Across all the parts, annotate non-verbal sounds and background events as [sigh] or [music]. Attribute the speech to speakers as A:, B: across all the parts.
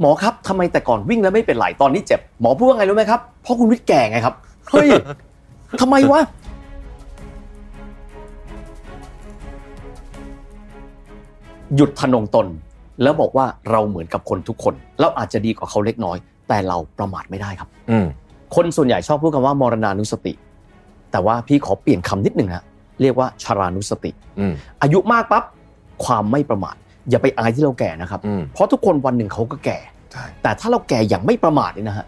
A: หมอครับทำไมแต่ก่อนวิ่งแล้วไม่เป็นไหลตอนนี้เจ็บหมอพูดว่าไงรู้ไหมครับเพราะคุณวิทย์แก่ไงครับเฮ้ย [laughs] ทำไมวะหยุดทะนงตน แล้วบอกว่าเราเหมือนกับคนทุกคนเราอาจจะดีกว่าเขาเล็กน้อย แต่เราประมาทไม่ได้ครับ
B: อืม
A: คนส่วนใหญ่ชอบพูดคำว่ามรณานุสติ แต่ว่าพี่ขอเปลี่ยนคำนิดหนึ่งฮะเรียกว่าชรานุสติ
B: อืม
A: อายุมากปั๊บความไม่ประมาท อย่าไปอายที่เราแก่นะครับ
B: อืม
A: เพราะทุกคนวันหนึ่งเขาก็แก่
B: ใช่
A: แต่ถ้าเราแก่อย่างไม่ประมาทเนี่ยนะฮะ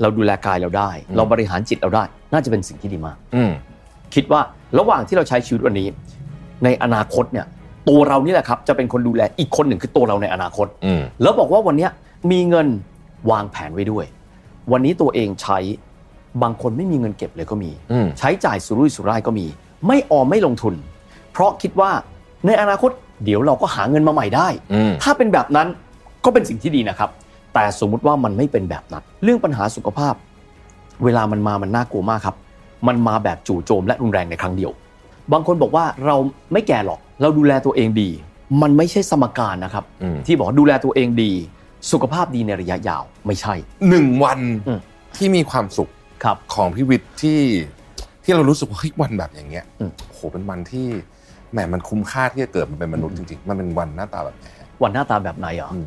A: เราดูแลกายเราได้
B: อืม
A: เราบริหารจิตเราได้ น่าจะเป็นสิ่งที่ดีมาก
B: อืม
A: คิดว่าระหว่างที่เราใช้ชีวิตวันนี้ ในอนาคตเนี่ย ตัวเรานี่แหละครับ จะเป็นคนดูแลอีกคนหนึ่งคือตัวเราในอนาคต
B: อืม
A: แล้วบอกว่าวันเนี้ยมีเงินวางแผนไว้ด้วย วันนี้ตัวเองใช้บางคนไม่มีเงินเก็บเลยก็มี
B: อืม
A: ใช้จ่ายสุรุ่ยสุร่ายก็มี ไม่ออมไม่ลงทุน เพราะคิดว่าในอนาคตเดี๋ยวเราก็หาเงินมาใหม่ได้
B: อืม
A: ถ้าเป็นแบบนั้นก็เป็นสิ่งที่ดีนะครับ แต่สมมุติว่ามันไม่เป็นแบบนั้น เรื่องปัญหาสุขภาพ เวลามันมามันน่ากลัวมากครับ มันมาแบบจู่โจมและรุนแรงในครั้งเดียว บางคนบอกว่าเราไม่แก่หรอก เราดูแลตัวเองดี มันไม่ใช่สมการนะครับ
B: อืม
A: ที่บอกว่าดูแลตัวเองดี สุขภาพดีในระยะยาวไม่ใช่
B: หนึ่งวัน
A: อืม
B: ที่มีความสุข
A: ครับ
B: ของพี่วิทย์ที่ที่เรารู้สึกว่าเฮ้ยวันแบบอย่างเงี้ย
A: อืม
B: โอ้โหเป็นวันที่แหมมันคุ้มค่าที่จะเกิดมาเป็นมนุษย์จริงๆ มันเป็นวันหน้าตาแบบไหนฮะ
A: วันหน้าตาแบบไหนเหรอ
B: อืม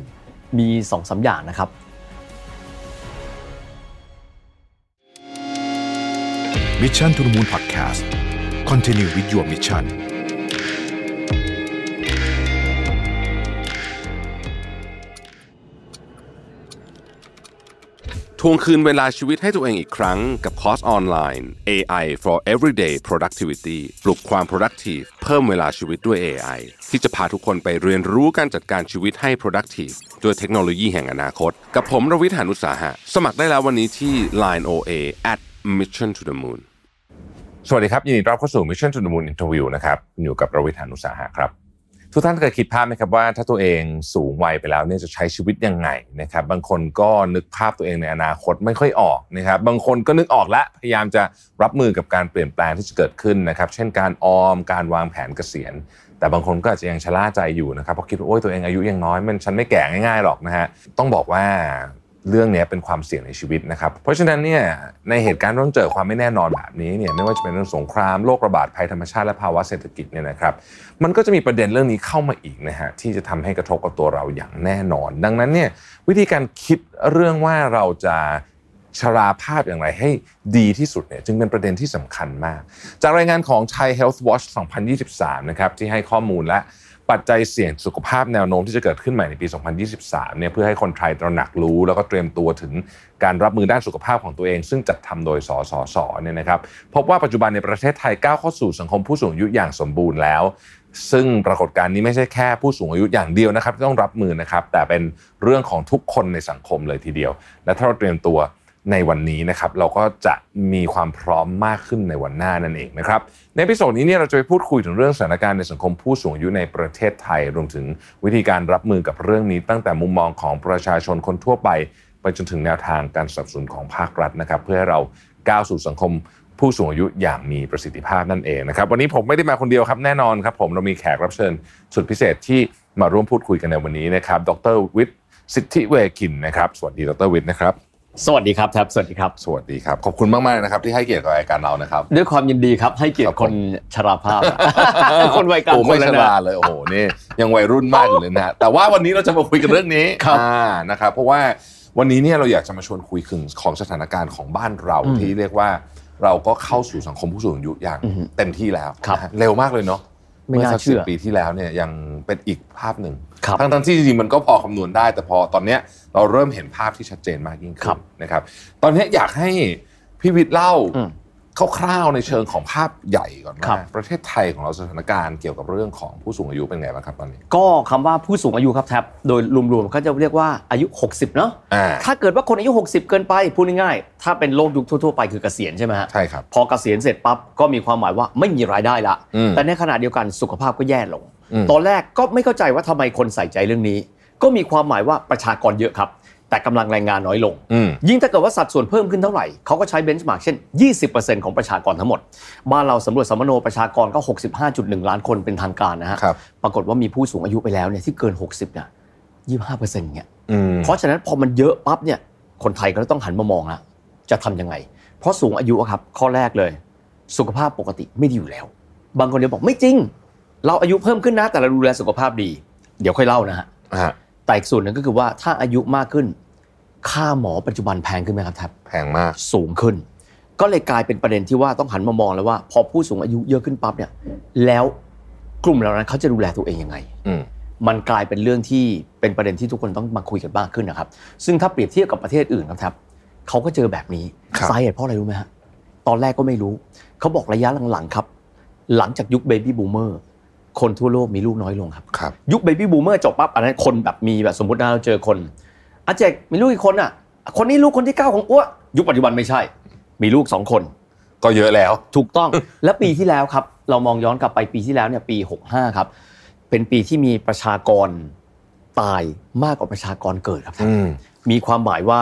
A: มีสองสามอย่างนะครับ
C: มิชชั่นทุ h มูลพอดแคสต์คอนเทนิววิดีโอมิชชั่น
D: ทวงคืนเวลาชีวิตให้ตัวเองอีกครั้งกับคอร์สออนไลน์ AI for Everyday Productivity ปลุกความ productive เพิ่มเวลาชีวิตด้วย AI ที่จะพาทุกคนไปเรียนรู้การจัดการชีวิตให้ productive ด้วยเทคโนโลยีแห่งอนาคต กับผมรวิทยานุตสาหะ สมัครได้แล้ววันนี้ที่ Line OA at Mission to the Moon
B: สวัสดีครับ ยินดีต้อนรับเข้าสู่ Mission to the Moon Interview นะครับคุณอยู่กับประวิธานุสาหะครับ ทุกท่านเคยคิดภาพไหมครับว่าถ้าตัวเองสูงวัยไปแล้วเนี่ยจะใช้ชีวิตยังไงนะครับบางคนก็นึกภาพตัวเองในอนาคตไม่ค่อยออกนะครับบางคนก็นึกออกและพยายามจะรับมือกับการเปลี่ยนแปลงที่จะเกิดขึ้นนะครับเช่นการออมการวางแผนเกษียณ แต่บางคนก็อาจจะยังชะล่าใจอยู่นะครับเพราะคิดว่าโอ้ยตัวเองอายุยังน้อยมันฉันไม่แก่ง่ายๆหรอกนะฮะต้องบอกว่า เรื่องเนี้ยเป็นความเสี่ยงในชีวิตนะครับ เพราะฉะนั้นเนี่ยในเหตุการณ์ที่ต้องเจอความไม่แน่นอนแบบนี้เนี่ยไม่ว่าจะเป็นเรื่องสงครามโรคระบาดภัยธรรมชาติและภาวะเศรษฐกิจเนี่ยนะครับ มันก็จะมีประเด็นเรื่องนี้เข้ามาอีกนะฮะที่จะทำให้กระทบกับตัวเราอย่างแน่นอน ดังนั้นเนี่ยวิธีการคิดเรื่องว่าเราจะชราภาพอย่างไรให้ดีที่สุดเนี่ยจึงเป็นประเด็นที่สำคัญมาก จากรายงานของ Thai Health Watch 2023 นะครับที่ให้ข้อมูลและ ปัจจัยเสี่ยงสุขภาพแนวโน้มที่จะเกิดขึ้นใหม่ในปี 2023 เนี่ยเพื่อให้คนไทยตระหนักรู้ แล้วก็เตรียมตัวถึงการรับมือด้านสุขภาพของตัวเอง ซึ่งจัดทำโดยสสสเนี่ยนะครับพบว่าปัจจุบันในประเทศไทยก้าวเข้าสู่สังคมผู้สูงอายุอย่างสมบูรณ์แล้ว ซึ่งปรากฏการณ์นี้ไม่ใช่แค่ผู้สูงอายุอย่างเดียวนะครับที่ต้องรับมือนะครับ แต่เป็นเรื่องของทุกคนในสังคมเลยทีเดียว และถ้าเราเตรียมตัวในวันนี้นะครับ เราก็จะมีความพร้อมมากขึ้นในวันหน้านั่นเองนะครับ ในพิโซดนี้เนี่ยเราจะไปพูดคุยถึงเรื่องสถานการณ์ในสังคมผู้สูงอายุในประเทศไทย รวมถึงวิธีการรับมือกับเรื่องนี้ ตั้งแต่มุมมองของประชาชนคนทั่วไป ไปจนถึงแนวทางการสนับสนุนของภาครัฐนะครับ เพื่อให้เราก้าวสู่สังคมผู้สูงอายุอย่างมีประสิทธิภาพนั่นเองนะครับ วันนี้ผมไม่ได้มาคนเดียวครับแน่นอนครับ ผมเรามีแขกรับเชิญสุดพิเศษที่มาร่วมพูดคุยกันในวันนี้นะครับ ดรวิทย์สิทธิเวคินนะครับสวัสดีดรวิทย์นะครับ
A: สวัสดีครับแท็บสวัสดีครับ
B: สวัสดีครับขอบคุณมากมากๆนะครับที่ให้เกียรติกับรายการเรานะครับ
A: ด้วยความยินดีครับให้เกียร
B: ครั
A: ติ
B: บ
A: ค
B: ผม
A: นชราภาพอะ [laughs] คนวัยกลาง
B: โอ้
A: ค
B: ไม่
A: นแล้
B: ช
A: วนะ
B: ราเลยโอ้โหนี่ยังวัยรุ่นมากอยู่เลย
A: [laughs]
B: นะฮะแต่ว่าวันนี้เราจะมาคุยกันเรื่องนี้
A: ครับ
B: อ่านะครับเพราะว่าวันนี้เนี่ยเราอยากจะมาชวนคุยถึงของสถานการณ์ของบ้านเรา
A: อืม
B: ที่เรียกว่าเราก็เข้าสู่สังคมผู้สูงอายุอย่าง
A: อือฮึ
B: เต็มที่แล้ว
A: ครับ
B: นะฮะเร็วมากเลยเนาะ
A: ไม่น่าเชื่อ
B: มื่สัก10ปีที่แล้วเนี่ยยังเป็นอีกภาพหนึ่ง
A: ครับ
B: ทั้งทั้งๆที่จริงๆมันก็พอคำนวณได้ แต่พอตอนเนี้ยเราเริ่มเห็นภาพที่ชัดเจนมากยิ่ง
A: ค
B: ขึ้
A: รั
B: น
A: บ
B: นะครับ ตอนเนี้ยอยากให้พี่วิทย์เล่า
A: อืม
B: คร่าวๆในเชิงของภาพใหญ่ก่อน
A: ครั
B: ว่า
A: บ
B: ประเทศไทยของเราสถานการณ์เกี่ยวกับเรื่องของผู้สูงอายุเป็นไงบ้างครับตอนนี้
A: ก็คำว่าผู้สูงอายุครับแท็บโดยรวมๆเขาจะเรียกว่าอายุ 60 เนาะ
B: อ่า
A: ถ้าเกิดว่าคนอายุ 60 เกินไปพูดง่ายๆถ้าเป็นโลกยุคทั่วๆไปคือเกษียณใช่ไหมฮะ
B: ใช่ครับ
A: พอเกษียณเสร็จปั๊บก็มีความหมายว่าไม่มีรายได้ละ
B: อืม
A: แต่ในขณะเดียวกันสุขภาพก็แย่ลง
B: อืม
A: ตอนแรกก็ไม่เข้าใจว่าทำไมคนใส่ใจเรื่องนี้ ก็มีความหมายว่าประชากรเยอะครับ แต่กำลังแรงงานน้อยลง
B: อืม
A: ยิ่งถ้าเกิดว่าสัดส่วนเพิ่มขึ้นเท่าไหร่ เขาก็ใช้เบนช์มาร์กเช่น 20%ของประชากรทั้งหมด บ้านเราสำรวจสำมโนประชากรก็ 65.1 ล้านคนเป็นทางการนะฮะ
B: ครับ
A: ปรากฏว่ามีผู้สูงอายุไปแล้วเนี่ยที่เกิน 60เนี่ย25%เนี่ย
B: อืม
A: เพราะฉะนั้นพอมันเยอะปั๊บเนี่ยคนไทยก็ต้องหันมามองละจะทำยังไง เพราะสูงอายุอะครับข้อแรกเลย สุขภาพปกติไม่ดีอยู่แล้ว บางคนเดี๋ยวบอกไม่จริง เราอายุเพิ่มขึ้นนะแต่เราดูแลสุขภาพดี เดี๋ยวค่อยเล่านะฮะ
B: อ่ะ
A: แต่อีกส่วนหนึ่งก็คือว่าถ้าอายุมากขึ้น ค่าหมอปัจจุบันแพงขึ้นไหมครับแทบ
B: แพงมาก
A: สูงขึ้น ก็เลยกลายเป็นประเด็นที่ว่าต้องหันมามองแล้วว่า พอผู้สูงอายุเยอะขึ้นปั๊บเนี่ยแล้วกลุ่มเหล่านั้นเขาจะดูแลตัวเองยังไง
B: อืม
A: มันกลายเป็นเรื่องที่เป็นประเด็นที่ทุกคนต้องมาคุยกันมากขึ้นนะครับ ซึ่งถ้าเปรียบเทียบกับประเทศอื่นครับแท็บเขาก็เจอแบบนี้
B: ครับ
A: สาเหตุเพราะอะไรรู้ไหมฮะตอนแรกก็ไม่รู้ เขาบอกระยะหลังๆครับ หลังจากยุคเบบี้บูมเมอร์คนทั่วโลกมีลูกน้อยลงครับ
B: ครับ
A: ยุคเบบี้บูมเมอร์จบปั๊บอันนั้นคนแบบมีแบบสมมตินะเราเจอคนอาเจกมีลูกกี่คนอ่ะ คนนี้ลูกคนที่เก้าของอ้วยุคปัจจุบันไม่ใช่ มีลูกสองคน
B: ก็เยอะแล้ว
A: ถูกต้อง และปีที่แล้วครับ เรามองย้อนกลับไปปีที่แล้วเนี่ยปี 65 ครับ เป็นปีที่มีประชากรตายมากกว่าประชากรเกิดครับ
B: อืม
A: มีความหมายว่า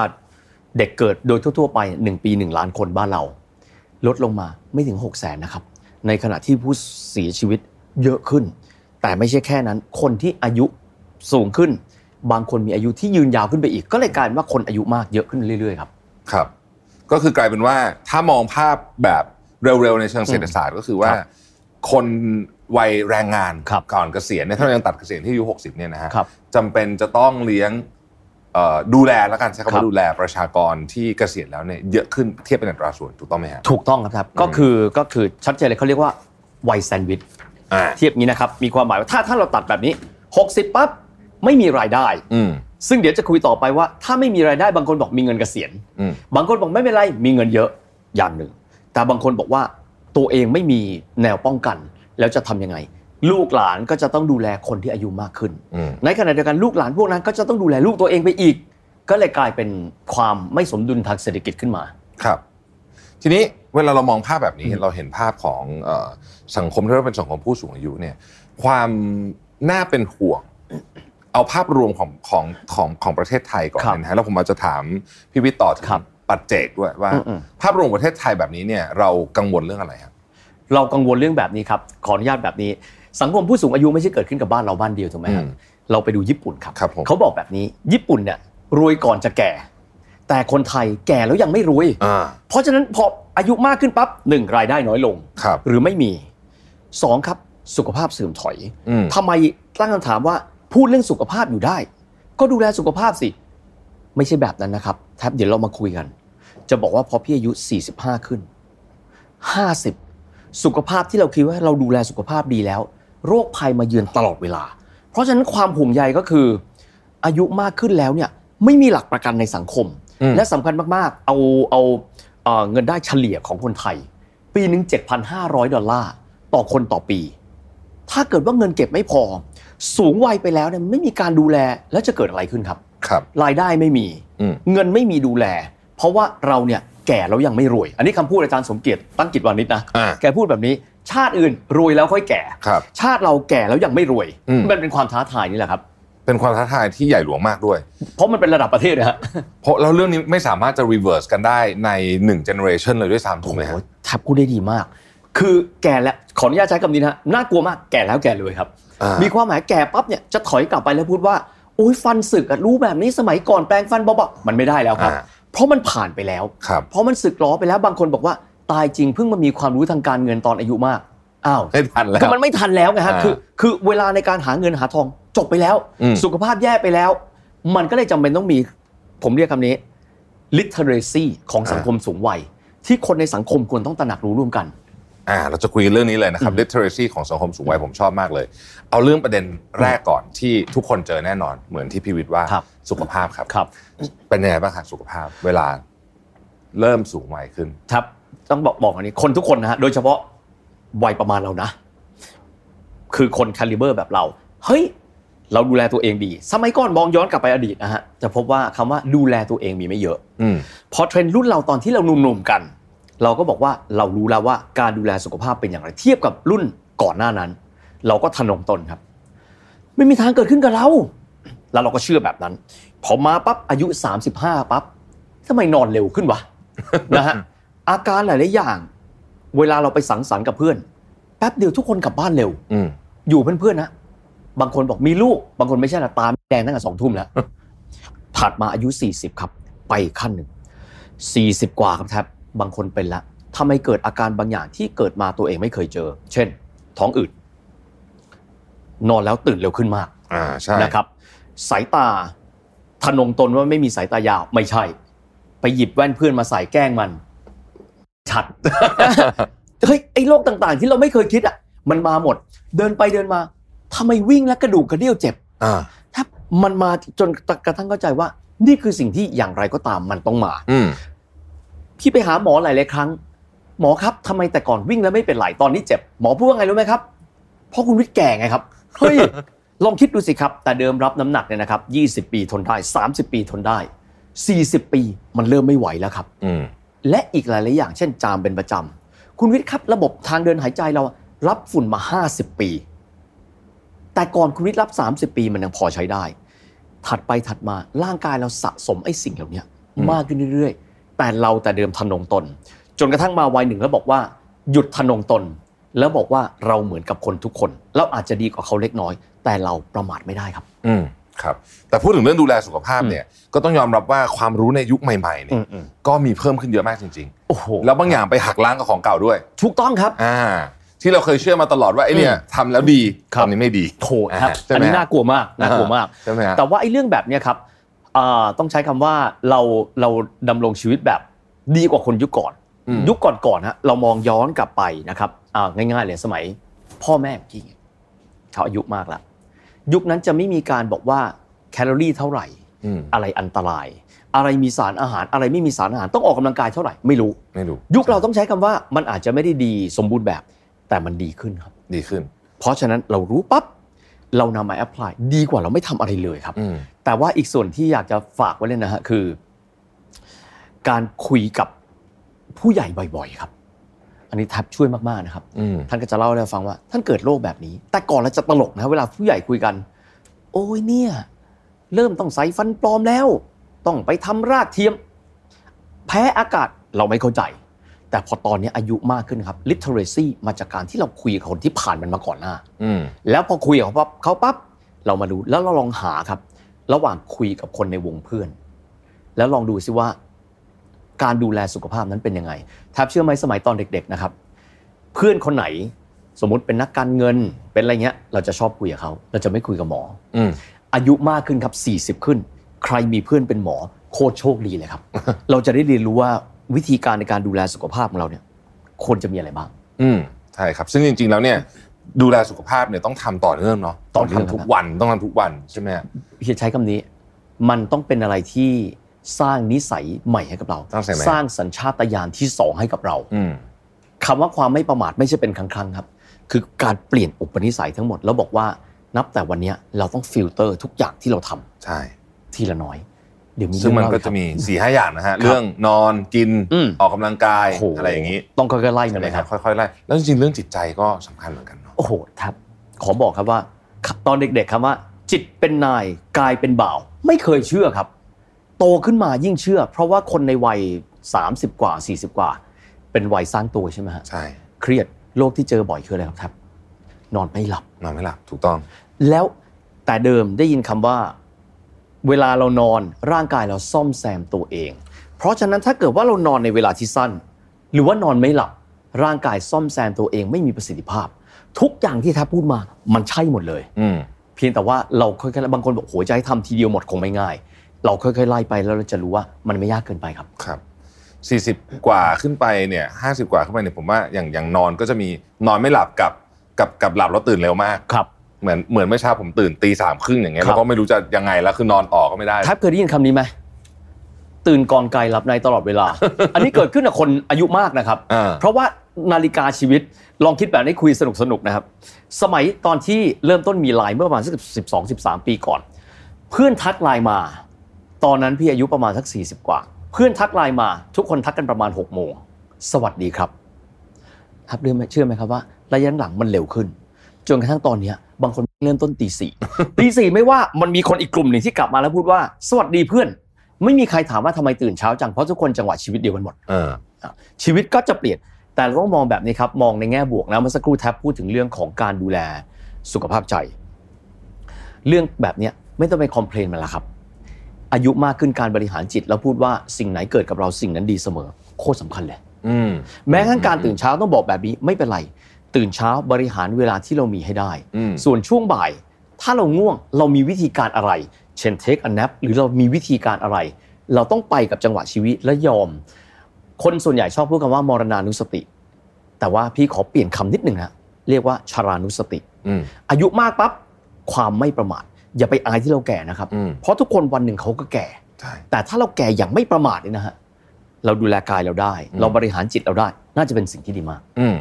A: เด็กเกิดโดยทั่ว ๆ ไป 1 ปี 1 ล้านคนบ้านเรา ลดลงมาไม่ถึง 6 0แสนนะครับ ในขณะที่ผู้เสียชีวิตเยอะขึ้น แต่ไม่ใช่แค่นั้น คนที่อายุสูงขึ้น บางคนมีอายุที่ยืนยาวขึ้นไปอีก ก็เลยกลายเป็นว่าคนอายุมากเยอะขึ้นเรื่อยๆครับ
B: ครับ ก็คือกลายเป็นว่าถ้ามองภาพแบบเร็วๆในเชิงเศรษฐศาสตร์ก็คือว่า
A: ครับ
B: คนวัยแรงงาน
A: ครับ
B: ก่อนเกษียณเนี่ยถ้าเรายังตัดเกษียณที่อายุ 60เนี่ยนะฮะ
A: ครับ
B: จำเป็นจะต้องเลี้ยงเอ่อดูแลแล้วกันใช้
A: ค
B: คำ
A: รั
B: ว่า
A: บ
B: ดูแลประชากรที่เกษียณแล้วเนี่ยเยอะขึ้นเทียบเป็นอัตราส่วนถูกต้องไหมฮะ
A: ถูกต้องครับ ก็คือก็คือชัดเจนเลยเขาเรียกว่าวัยแซนด์วิช
B: อ่า
A: เทียบนี้นะครับ มีความหมายว่าถ้าถ้าเราตัดแบบนี้ 60 ปั๊บ ไม่มีรายได้
B: อืม
A: ซึ่งเดี๋ยวจะคุยต่อไปว่าถ้าไม่มีรายได้บางคนบอกมีเงินเกษียณ
B: อืม
A: บางคนบอกไม่เป็นไร มีเงินเยอะอย่างหนึ่ง แต่บางคนบอกว่าตัวเองไม่มีแนวป้องกัน แล้วจะทำยังไง ลูกหลานก็จะต้องดูแลคนที่อายุมากขึ้น
B: อืม
A: ในขณะเดียวกันลูกหลานพวกนั้นก็จะต้องดูแลลูกตัวเองไปอีก ก็เลยกลายเป็นความไม่สมดุลทางเศรษฐกิจขึ้นมา
B: ครับ ทีนี้เวลาเรามองภาพแบบนี้เราเห็นภาพของเอ่อสังคมที่เรียกว่าเป็นสังคมผู้สูงอายุเนี่ย ความน่าเป็นห่วง เอาภาพรวมของของของของประเทศไทยก่อน
A: ครับ
B: นะฮะแล้วผมอาจจะถามพี่วิทย์ต่อถึง
A: ครับ
B: ปัจเจกด้วยว่า
A: อืม
B: ภาพรวมประเทศไทยแบบนี้เนี่ย เรากังวลเรื่องอะไรครับ
A: เรากังวลเรื่องแบบนี้ครับ ขออนุญาตแบบนี้ สังคมผู้สูงอายุไม่ใช่เกิดขึ้นกับบ้านเราบ้านเดียวถูกไหมครับ
B: อืม
A: เราไปดูญี่ปุ่นครับ
B: ครับผม
A: เขาบอกแบบนี้ญี่ปุ่นเนี่ยรวยก่อนจะแก่ แต่คนไทยแก่แล้วยังไม่รวย
B: อ่า
A: เพราะฉะนั้นพออายุมากขึ้นปั๊บหนึ่งรายได้น้อยลง
B: ครับ
A: หรือไม่มีสองครับสุขภาพเสื่อมถอย
B: อืม
A: ทำไมตั้งคำถามว่าพูดเรื่องสุขภาพอยู่ได้ ก็ดูแลสุขภาพสิ ไม่ใช่แบบนั้นนะครับแทบเดี๋ยวเรามาคุยกัน จะบอกว่าพอพี่อายุ 45 ขึ้น 50 สุขภาพที่เราคิดว่าเราดูแลสุขภาพดีแล้ว โรคภัยมาเยือนตลอดเวลา เพราะฉะนั้นความห่วงใยก็คือ อายุมากขึ้นแล้วเนี่ยไม่มีหลักประกันในสังคม
B: อืม
A: และสำคัญมากๆ เอาเอาเอ่อเงินได้เฉลี่ยของคนไทย ปีหนึ่ง7,500 ดอลลาร์ต่อคนต่อปี ถ้าเกิดว่าเงินเก็บไม่พอ สูงวัยไปแล้วเนี่ยไม่มีการดูแลแล้วจะเกิดอะไรขึ้นครับ
B: ครับ
A: รายได้ไม่มี
B: อืม
A: เงินไม่มีดูแล เพราะว่าเราเนี่ยแก่แล้วยังไม่รวย อันนี้คำพูดอาจารย์สมเกียรติตั้งกิจวานิชนะ
B: อ่า
A: แกพูดแบบนี้ ชาติอื่นรวยแล้วค่อยแก่
B: ครับ
A: ชาติเราแก่แล้วยังไม่รวย
B: อืม
A: มันเป็นความท้าทายนี่แหละครับ
B: เป็นความท้าทายที่ใหญ่หลวงมากด้วย
A: เพราะมันเป็นระดับประเทศนะฮะ
B: เพราะแล้วเรื่องนี้ไม่สามารถจะ reverse กันได้ใน1 generation เลยด้วยซ้ำถูกไหมฮะ
A: โอ้โทับพูดได้ดีมาก คือแก่แล้วขออนุญาตใช้คำนี้นะฮะน่ากลัวมากแก่แล้วแก่เลยครับ
B: อ่า
A: มีความหมายแก่ปั๊บเนี่ยจะถอยกลับไปแล้วพูดว่าโอ้ยฟันสึกอะรู้แบบนี้สมัยก่อนแปลงฟันเบาๆมันไม่ได้แล้วครับ
B: อ่า
A: เพราะมันผ่านไปแล้ว
B: ครับ
A: เพราะมันสึกล้อไปแล้วบางคนบอกว่าตายจริงเพิ่งมามีความรู้ทางการเงินตอนอายุมาก อ้าว
B: ไม่ทันแล้ว
A: ก็มันไม่ทันแล้วไงฮะ
B: อ่า
A: คือคือเวลาในการหาเงินหาทองจบไปแล้ว
B: อืม
A: สุขภาพแย่ไปแล้ว มันก็เลยจำเป็นต้องมี ผมเรียกคำนี้ literacy ของสังคมสูงวัย ที่คนในสังคมควรต้องตระหนักรู้ร่วมกัน
B: อ่าเราจะคุยเรื่องนี้เลยนะครับ literacy ของสังคมสูงวัยผมชอบมากเลย เอาเรื่องประเด็นแรกก่อนที่ทุกคนเจอแน่นอนเหมือนที่พี่วิทย์ว่า
A: ครับ
B: สุขภาพครับ
A: ครับ
B: เป็นยังไงบ้างครับสุขภาพเวลาเริ่มสูงวัยขึ้น
A: ครับ ต้องบอกบอกอันนี้คนทุกคนนะฮะโดยเฉพาะวัยประมาณเรานะ คือคนคาลิเบอร์แบบเรา เฮ้ย เราดูแลตัวเองดี สมัยก่อนมองย้อนกลับไปอดีตนะฮะจะพบว่าคำว่าดูแลตัวเองมีไม่เยอะ
B: อืม
A: พอเทรนด์รุ่นเราตอนที่เราหนุ่มๆกัน เราก็บอกว่าเรารู้แล้วว่าการดูแลสุขภาพเป็นอย่างไร เทียบกับรุ่นก่อนหน้านั้น เราก็ทะนงตนครับ ไม่มีทางเกิดขึ้นกับเรา แล้วเราก็เชื่อแบบนั้น พอมาปั๊บอายุ 35ปั๊บทำไมนอนเร็วขึ้นวะ นะฮะอาการหลายๆอย่าง เวลาเราไปสังสรรค์กับเพื่อน แป๊บเดียวทุกคนกลับบ้านเร็ว
B: อืม
A: อยู่เพื่อนๆนะ บางคนบอกมีลูก บางคนไม่ใช่นะตาแดงตั้งแต่สองทุ่มแล้ว [laughs] ถัดมาอายุ 40 ครับ ไปอีกขั้นหนึ่ง 40 กว่าครับแทบบางคนเป็นละถ้าไม่เกิดอาการบางอย่างที่เกิดมาตัวเองไม่เคยเจอ เช่น ท้องอืดนอนแล้วตื่นเร็วขึ้นมาก
B: อ่าใช่
A: นะครับสายตาทะนงตนว่าไม่มีสายตายาวไม่ใช่ ไปหยิบแว่นเพื่อนมาใส่แกล้งมัน ชัด [laughs] เฮ้ยไอ้โรคต่างๆ ที่เราไม่เคยคิดอ่ะมันมาหมด เดินไปเดินมาทำไมวิ่งแล้วกระดูกกระเดี่ยวเจ็บ
B: อ่า
A: ถ้ามันมาจนกระทั่งเข้าใจว่า นี่คือสิ่งที่อย่างไรก็ตามมันต้องมา
B: อืม
A: พี่ไปหาหมอหลายหลายๆครั้ง หมอครับทำไมแต่ก่อนวิ่งแล้วไม่เป็นไรตอนนี้เจ็บ หมอพูดว่าไงรู้ไหมครับ เพราะคุณวิทย์แก่ไงครับ เฮ้ย [laughs] ลองคิดดูสิครับ แต่เดิมรับน้ำหนักเนี่ยนะครับ 20 ปีทนได้ 30 ปีทนได้ 40 ปีมันเริ่มไม่ไหวแล้วครับ
B: อืม
A: และอีกหลาย ๆ อย่างเช่นจามเป็นประจำ คุณวิทย์ครับระบบทางเดินหายใจเรารับฝุ่นมา 50 ปี แต่ก่อนคุณวิทย์รับ 30 ปีมันยังพอใช้ได้ ถัดไปถัดมาร่างกายเราสะสมไอ้สิ่งเหล่านี้มากขึ้นเรื่อย ๆ แต่เราแต่เดิมทะนงตน จนกระทั่งมาวัยหนึ่งแล้วบอกว่า หยุดทะนงตน แล้วบอกว่าเราเหมือนกับคนทุกคนเราอาจจะดีกว่าเขาเล็กน้อย แต่เราประมาทไม่ได้ครับ
B: อืมครับ แต่พูดถึงเรื่องดูแลสุขภาพเนี่ยก็ต้องยอมรับว่าความรู้ในยุคใหม่ๆเนี่ย
A: อืม
B: ก็มีเพิ่มขึ้นเยอะมากจริง
A: โอ้โห
B: ๆ แล้วบางอย่างไปหักล้างกับของเก่าด้วย
A: ถูกต้องครับ
B: อ่า ที่เราเคยเชื่อมาตลอดว่าไอ้เนี่ยทำแล้วดี
A: ค
B: ต
A: รับ
B: อนนี้ไม่ดี
A: โถครับ
B: ใช่
A: อัน
B: ไหม
A: นี้
B: ฮะ
A: น่ากลัวมากน่ากลัวมาก
B: ใช่ไหมฮะ
A: แต่ว่าไอ้เรื่องแบบเนี้ยครับอ่าต้องใช้คำว่าเราเราดำรงชีวิตแบบดีกว่าคนยุคก่อน
B: อืม
A: ยุคก่อนๆฮะเรามองย้อนกลับไปนะครับอ่าง่ายๆเลยสมัย พ่อแม่ผมกี้เนี่ยเขาอายุมากแล้ว ยุคนั้นจะไม่มีการบอกว่าแคลอรี่เท่าไหร่
B: อืม
A: อะไรอันตราย อะไรมีสารอาหารอะไรไม่มีสารอาหารต้องออกกำลังกายเท่าไหร่ไม่รู้
B: ไม่รู้
A: ยุคเราต้องใช้คำว่ามันอาจจะไม่ได้ดีสมบูรณ์แบบ แต่มันดีขึ้นครับ
B: ดีขึ้น
A: เพราะฉะนั้นเรารู้ปั๊บเรานำมาแอพพลายดีกว่าเราไม่ทำอะไรเลยครับ
B: อืม
A: แต่ว่าอีกส่วนที่อยากจะฝากไว้เลยนะฮะคือ การคุยกับผู้ใหญ่บ่อยๆครับ อันนี้แทับช่วยมากๆนะครับ
B: อืม
A: ท่านก็จะเล่าให้เราฟังว่า ท่านเกิดโรคแบบนี้ แต่ก่อนเราจะตลกนะเวลาผู้ใหญ่คุยกัน โอ้ยเนี่ย เริ่มต้องใส่ฟันปลอมแล้ว ต้องไปทำรากเทียม แพ้อากาศเราไม่เข้าใจ แต่พอตอนนี้อายุมากขึ้นครับ literacy มาจากการที่เราคุยกับคนที่ผ่านมันมาก่อนหน้า
B: อืม
A: แล้วพอคุยกับเขาปั๊บเขาปั๊บเรามาดูแล้วเราลองหาครับ ระหว่างคุยกับคนในวงเพื่อน แล้วลองดูซิว่า การดูแลสุขภาพนั้นเป็นยังไงแทบเชื่อไหมสมัยตอนเด็ก ๆนะครับ เพื่อนคนไหนสมมติเป็นนักการเงินเป็นอะไรเงี้ย เราจะชอบคุยกับเขาเราจะไม่คุยกับหมอ
B: อืม
A: อายุมากขึ้นครับ 40 ขึ้น ใครมีเพื่อนเป็นหมอโคตรโชคดีเลยครับ [laughs] เราจะได้เรียนรู้ว่าวิธีการในการดูแลสุขภาพของเราเนี่ยควรจะมีอะไรบ้าง
B: อืมใช่ครับ ซึ่งจริง ๆ แล้วเนี่ย ดูแลสุขภาพเนี่ยต้องทำต่อเนื่องเนาะ
A: ต้องทำ
B: เนื่ทุกวันต้องทำทุกวันใช่ไหมฮะ
A: พี่จะใช้คำนี้ มันต้องเป็นอะไรที่สร้างนิสัยใหม่ให้กับเรา
B: สร้างนิสัยใหม่
A: สร้างสัญชาตญาณที่สองให้กับเรา
B: อืม
A: คำว่าความไม่ประมาทไม่ใช่เป็นครั้งครั้งๆครับ คือการเปลี่ยนอุปนิสัยทั้งหมด แล้วบอกว่านับแต่วันเนี้ยเราต้องฟิลเตอร์ทุกอย่างที่เราทำ
B: ใช่
A: ทีละน้อย เดี๋ยวมี
B: ซึ่งมัน
A: เรื่อ
B: ก็
A: เล่า
B: จะ
A: อี
B: มีสี่ห้าอย่างนะฮะ เรื่องนอนกิน
A: อืม
B: ออกกำลังกาย
A: โอ้โห
B: อะไรอย่างนี้
A: ต้องค่อยๆไล่มัน
B: ใช่ไหม
A: เลย
B: ค
A: ครั
B: รับบ ค่อยๆไล่แล้วจริงๆเรื่องจิตใจก็สำคัญเหมือนกันเนาะ
A: โอ้โหครับ ขอบอกครับว่า ตอนเด็กๆครับว่า จิตเป็นนายกายเป็นบ่าว ไม่เคยเชื่อครับ โตขึ้นมายิ่งเชื่อ เพราะว่าคนในวัย 30 กว่า 40 กว่า เป็นวัยสร้างตัวใช่ไหมฮะ
B: ใช่
A: เครียดโรคที่เจอบ่อยคืออะไรครับครับ นอนไม่หลับ
B: นอนไม่หลับถูกต้อง
A: แล้วแต่เดิมได้ยินคำว่า เวลาเรานอนร่างกายเราซ่อมแซมตัวเอง เพราะฉะนั้นถ้าเกิดว่าเรานอนในเวลาที่สั้น หรือว่านอนไม่หลับ ร่างกายซ่อมแซมตัวเองไม่มีประสิทธิภาพ ทุกอย่างที่แทบพูดมามันใช่หมดเลย
B: อืม
A: เพียงแต่ว่าเราค่อยๆบางคนบอกโหจะให้ทำทีเดียวหมดคงไม่ง่าย เราค่อยๆไล่ไปแล้วเราจะรู้ว่ามันไม่ยากเกินไปครับ
B: ครับสี่สิบ40 กว่าขึ้นไปเนี่ยห้าสิบกว่าขึ้นไปเนี่ยผมว่าอย่างอย่างนอนก็จะมีนอนไม่หลับกับกับกับหลับแล้วตื่นเร็วมาก
A: ครับ
B: เหมือนเหมือนเมื่อเช้าผมตื่นตีสามครึ่งอย่างเงี้
A: ค
B: ย
A: รับ
B: แล้วก็ไม่รู้จะยังไงแล้วคือนอนต่อก็ไม่ได้
A: แทบเคยได้ยินคำนี้ไหมตื่นก่อนไกลหลับในตลอดเวล [laughs] า อันนี้เกิดขึ้นกับคนอายุมากนะครับ
B: อ่า
A: เพราะว่านาฬิกาชีวิตลองคิดแบบนี้คุยสนุกๆนะครับ สมัยตอนที่เริ่มต้นมีไลน์เมื่อประมาณสักสิบสองสิบสามปีก่อน เพื่อนทักไลน์มา ตอนนั้นพี่อายุประมาณสักสี่สิบกว่า เพื่อนทักไลน์มาทุกคนทักกันประมาณหกโมงสวัสดีครับ ครับเรื่องเชื่อไหมครับว่าระยะหลังมันเร็วขึ้น จนกระทั่งตอนเนี้ยบางคนเริ่มต้นตีสี่ [laughs] ตีสี่ไม่ว่ามันมีคนอีกกลุ่มหนึ่งที่กลับมาแล้วพูดว่า สวัสดีเพื่อน ไม่มีใครถามว่าทำไมตื่นเช้าจังเพราะทุกคนจังหวะชีวิตเดียวกันหมด
B: เออ
A: ชีวิตก็จะเปลี่ยน แต่เราต้องมองแบบนี้ครับ มองในแง่บวกนะ เมื่อสักครู่แท็บพูดถึงเรื่องของการดูแลสุขภาพใจ เรื่องแบบเนี้ยไม่ต้องไปคอมเพลนมันละครับ อายุมากขึ้นการบริหารจิต แล้วพูดว่าสิ่งไหนเกิดกับเราสิ่งนั้นดีเสมอ โคตรสำคัญเลย
B: อืม
A: แม้กระทั่งการตื่นเช้าต้องบอกแบบนี้ไม่เป็นไร ตื่นเช้าบริหารเวลาที่เรามีให้ได้
B: อืม
A: ส่วนช่วงบ่าย ถ้าเราง่วงเรามีวิธีการอะไร เช่น take a nap หรือเรามีวิธีการอะไร เราต้องไปกับจังหวะชีวิตและยอม คนส่วนใหญ่ชอบพูดคำว่ามรณานุสติ แต่ว่าพี่ขอเปลี่ยนคำนิดหนึ่งนะเรียกว่าชรานุสติ
B: อืม
A: อายุมากปั๊บความไม่ประมาท อย่าไปอายที่เราแก่นะครับ
B: อืม
A: เพราะทุกคนวันหนึ่งเขาก็แก่
B: ใช่
A: แต่ถ้าเราแก่อย่างไม่ประมาทเนี่ยนะฮะเราดูแลกายเราได้ เราบริหารจิตเราได้ น่าจะเป็นสิ่งที่ดีมาก
B: อืม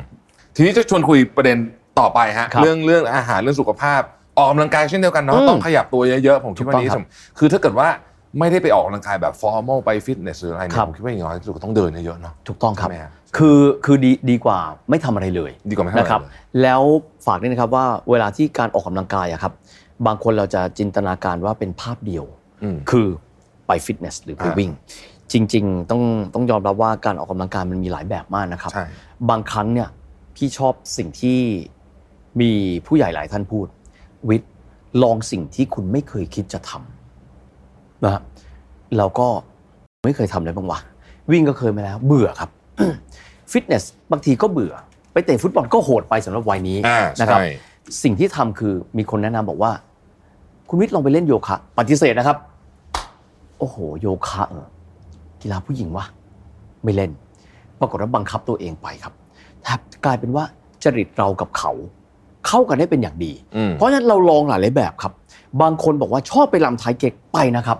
B: ทีนี้จะชวนคุยประเด็นต่อไปฮะ
A: ครับ
B: เรื่องเรื่องอาหารเรื่องสุขภาพ ออกกำลังกายเช่นเดียวกัน
A: อื
B: เนาะ
A: ม
B: ต้องขยับตัวเยอะๆผมคิดว่า
A: ถูกต้อง
B: นี้
A: ครับ
B: สำคือถ้าเกิดว่าไม่ได้ไปออกกำลังกายแบบฟอร์มอลไปฟิตเนสหรืออะไรเนี่
A: ครั
B: ย
A: บ
B: ผมคิดว่าอย่างน้อยที่สุดก็ต้องเดินเยอะๆเนาะ
A: ถูกต้องครับ
B: ใช่ไหมฮะ
A: คือคือดีดีกว่าไม่ทำอะไรเลย
B: ดีกว่าไม่ทำอะไร
A: นะครับ
B: เลย
A: แล้วฝากด้วยนะครับว่าเวลาที่การออกกำลังกายอะครับ บางคนเราจะจินตนาการว่าเป็นภาพเดียว
B: อืม
A: คือไปฟิตเนสหรือไป
B: อ่า
A: วิ่ง จริง ๆ ต้องต้องยอมรับว่าการออกกำลังกายมันมีหลายแบบมากนะครับ
B: ใช่
A: บางครั้งเนี่ยพี่ชอบสิ่งที่มีผู้ใหญ่หลายท่านพูด วิทย์ลองสิ่งที่คุณไม่เคยคิดจะทำนะฮะเราก็ไม่เคยทำอะไรบ้างวะวิ่งก็เคยมาแล้ว เบื่อ [clears throat] ครับ ฟิตเนสบางทีก็เบื่อ ไปเตะฟุตบอลก็โหดไปสำหรับวัยนี้
B: อ่า
A: นะครั
B: ใช่
A: บ สิ่งที่ทำคือมีคนแนะนำบอกว่า คุณวิทย์ลองไปเล่นโยคะ ปฏิเสธนะครับ โอ้โห โยคะเหรอกีฬาผู้หญิงวะไม่เล่น ปรากฏว่าบังคับตัวเองไปครับแทบกลายเป็นว่าจริตเรากับเขา เข้ากันได้เป็นอย่างดี
B: อืม
A: เพราะฉะนั้นเราลองหลายๆแบบครับ บางคนบอกว่าชอบไปลำไทยเก๊กไปนะครับ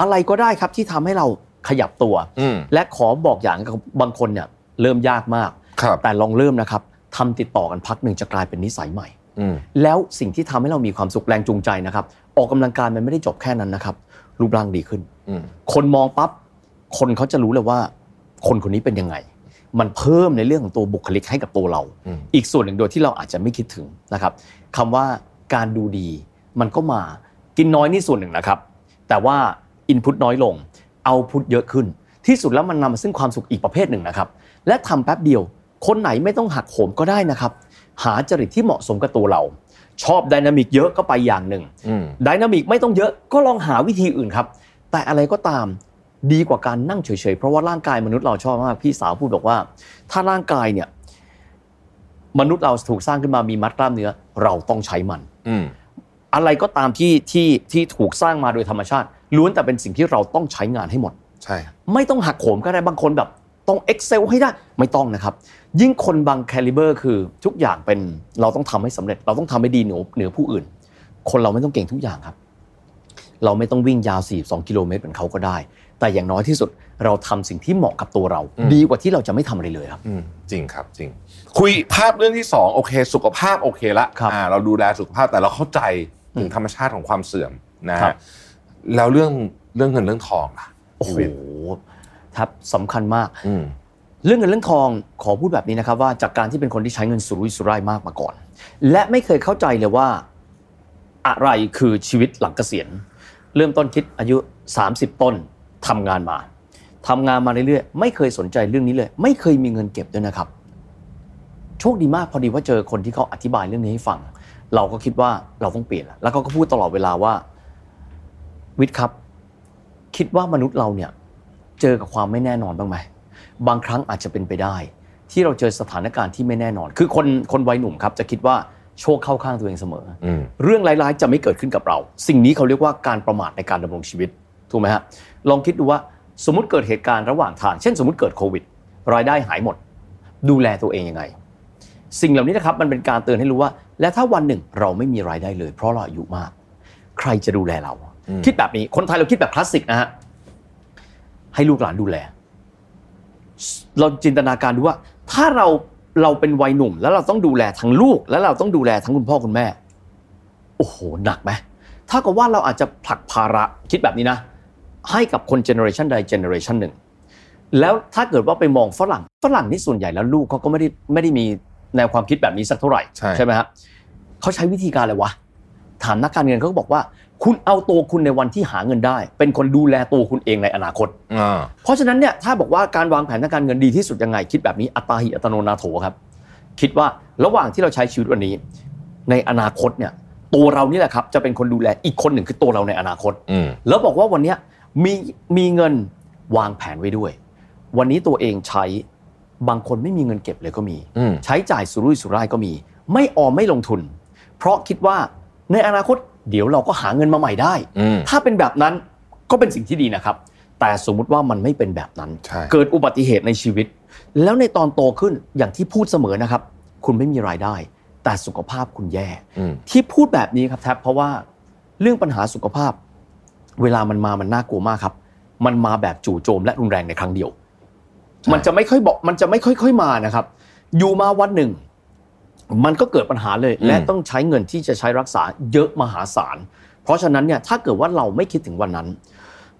A: อะไรก็ได้ครับที่ทำให้เราขยับตัว
B: อืม
A: และขอบอกอย่างกับบางคนเนี่ยเริ่มยากมาก
B: ครับ
A: แต่ลองเริ่มนะครับทำติดต่อกันพักหนึ่งจะกลายเป็นนิสัยใหม่
B: อืม
A: แล้วสิ่งที่ทำให้เรามีความสุขแรงจูงใจนะครับ ออกกำลังกายมันไม่ได้จบแค่นั้นนะครับ รูปร่างดีขึ้น
B: อืม
A: คนมองปั๊บคนเขาจะรู้เลยว่า คนคนนี้เป็นยังไง มันเพิ่มในเรื่องของตัวบุคลิกให้กับตัวเรา
B: อืม
A: อีกส่วนหนึ่งโดยที่เราอาจจะไม่คิดถึงนะครับคำว่าการดูดี มันก็มากินน้อยนี่ส่วนหนึ่งนะครับ แต่ว่าอินพุตน้อยลงเอาพุตเยอะขึ้น ที่สุดแล้วมันนำมาซึ่งความสุขอีกประเภทหนึ่งนะครับ และทำแป๊บเดียว คนไหนไม่ต้องหักโหมก็ได้นะครับ หาจริตที่เหมาะสมกับตัวเรา ชอบไดนามิกเยอะก็ไปอย่างหนึ่ง
B: อืม
A: ไดนามิกไม่ต้องเยอะก็ลองหาวิธีอื่นครับ แต่อะไรก็ตามดีกว่าการนั่งเฉยๆเพราะว่าร่างกายมนุษย์เราชอบมากพี่สาวพูดบอกว่า ถ้าร่างกายเนี่ย มนุษย์เราถูกสร้างขึ้นมามีมัดกล้ามเนื้อ เราต้องใช้มัน
B: อืม
A: อะไรก็ตามที่ที่ที่ถูกสร้างมาโดยธรรมชาติ ล้วนแต่เป็นสิ่งที่เราต้องใช้งานให้หมด
B: ใช่
A: ไม่ต้องหักโหมก็ได้บางคนแบบต้อง Excel ให้ได้ไม่ต้องนะครับ ยิ่งคนบางแคลิเบอร์ คือทุกอย่างเป็นเราต้องทำให้สำเร็จ เราต้องทำให้ดีเหนือเหนือผู้อื่น คนเราไม่ต้องเก่งทุกอย่างครับ เราไม่ต้องวิ่งยาว 42 กิโลเมตรเหมือนเขาก็ได้ แต่อย่างน้อยที่สุดเราทำสิ่งที่เหมาะกับตัวเรา ดีกว่าที่เราจะไม่ทำอะไรเลยครับ
B: อืมจริงครับจริง คุยภาพเรื่องที่สองโอเค สุขภาพโอเคละ
A: ครับ
B: อ่าเราดูแลสุขภาพแต่เราเข้าใจถึงธรรมชาติของความเสื่อมนะ
A: ครั
B: ฮะ
A: บ
B: แล้วเรื่องเรื่องเงินเรื่องทองล่ะ
A: โอ้โหครับสำคัญมาก
B: อืม
A: เรื่องเงินเรื่องทองขอพูดแบบนี้นะครับว่าจากการที่เป็นคนที่ใช้เงินสุรุ่ยสุร่ายมากมาก่อน และไม่เคยเข้าใจเลยว่าอะไรคือชีวิตหลังเกษียณ เริ่มต้นคิดอายุ 30 ต้นทำงานมาทำงานมาเรื่อยๆไม่เคยสนใจเรื่องนี้เลย ไม่เคยมีเงินเก็บด้วยนะครับ โชคดีมากพอดีว่าเจอคนที่เขาอธิบายเรื่องนี้ให้ฟัง เราก็คิดว่าเราต้องเปลี่ยนละแล้วเขาก็พูดตลอดเวลาว่าวิทย์ครับ คิดว่ามนุษย์เราเนี่ย เจอกับความไม่แน่นอนบ้างไหม บางครั้งอาจจะเป็นไปได้ ที่เราเจอสถานการณ์ที่ไม่แน่นอน คือคนคนวัยหนุ่มครับ จะคิดว่าโชคเข้าข้างตัวเองเสมอ
B: อืม
A: เรื่องร้ายๆ จะไม่เกิดขึ้นกับเรา สิ่งนี้เขาเรียกว่าการประมาทในการดำรงชีวิต ถูกไหมฮะ ลองคิดดูว่าสมมติเกิดเหตุการณ์ระหว่างทาง เช่นสมมติเกิดโควิด รายได้หายหมด ดูแลตัวเองยังไง สิ่งเหล่านี้นะครับมันเป็นการเตือนให้รู้ว่า และถ้าวันหนึ่งเราไม่มีรายได้เลย เพราะเราอายุมาก ใครจะดูแลเรา
B: อืม
A: คิดแบบนี้ คนไทยเราคิดแบบคลาสสิกนะฮะ ให้ลูกหลานดูแล เราจินตนาการดูว่า ถ้าเราเราเป็นวัยหนุ่ม แล้วเราต้องดูแลทั้งลูก แล้วเราต้องดูแลทั้งคุณพ่อคุณแม่ โอ้โห หนักไหมถ้ากับว่าเราอาจจะผลักภาระคิดแบบนี้นะ ให้กับคนเจเนอเรชันใดเจเนอเรชันหนึ่ง แล้วถ้าเกิดว่าไปมองฝรั่ง ฝรั่งนี่ส่วนใหญ่แล้วลูกเขาก็ไม่ได้ไม่ได้มีแนวความคิดแบบนี้สักเท่าไหร่
B: ใช่
A: ไหมฮะเขาใช้วิธีการอะไรวะ ถามนักการเงินเขาก็บอกว่า คุณเอาตัวคุณในวันที่หาเงินได้ เป็นคนดูแลตัวคุณเองในอนาคต
B: อ่า
A: เพราะฉะนั้นเนี่ยถ้าบอกว่าการวางแผนทางการเงินดีที่สุดยังไง คิดแบบนี้อัตตาหิอัตโนนาโถครับ คิดว่าระหว่างที่เราใช้ชีวิตวันนี้ ในอนาคตเนี่ยตัวเรานี่แหละครับจะเป็นคนดูแลอีกคนหนึ่งคือตัวเราในอนาคต
B: อืม
A: แล้วบอกว่าวันเนี้ย มีมีเงินวางแผนไว้ด้วย วันนี้ตัวเองใช้บางคนไม่มีเงินเก็บเลยก็มี
B: อืม
A: ใช้จ่ายสุรุ่ยสุร่ายก็มี ไม่ออมไม่ลงทุน เพราะคิดว่าในอนาคตเดี๋ยวเราก็หาเงินมาใหม่ได้
B: อืม
A: ถ้าเป็นแบบนั้นก็เป็นสิ่งที่ดีนะครับ แต่สมมุติว่ามันไม่เป็นแบบนั้น
B: ใช่
A: เกิดอุบัติเหตุในชีวิต แล้วในตอนโตขึ้นอย่างที่พูดเสมอนะครับ คุณไม่มีรายได้ แต่สุขภาพคุณแย่
B: อืม
A: ที่พูดแบบนี้ครับแท็บเพราะว่าเรื่องปัญหาสุขภาพ เวลามันมามันน่ากลัวมากครับ มันมาแบบจู่โจมและรุนแรงในครั้งเดียว มันจะไม่ค่อยบอกมันจะไม่ค่อยค่อยมานะครับ อยู่มาวันหนึ่ง มันก็เกิดปัญหาเลย
B: อืม
A: และต้องใช้เงินที่จะใช้รักษาเยอะมหาศาล เพราะฉะนั้นเนี่ยถ้าเกิดว่าเราไม่คิดถึงวันนั้น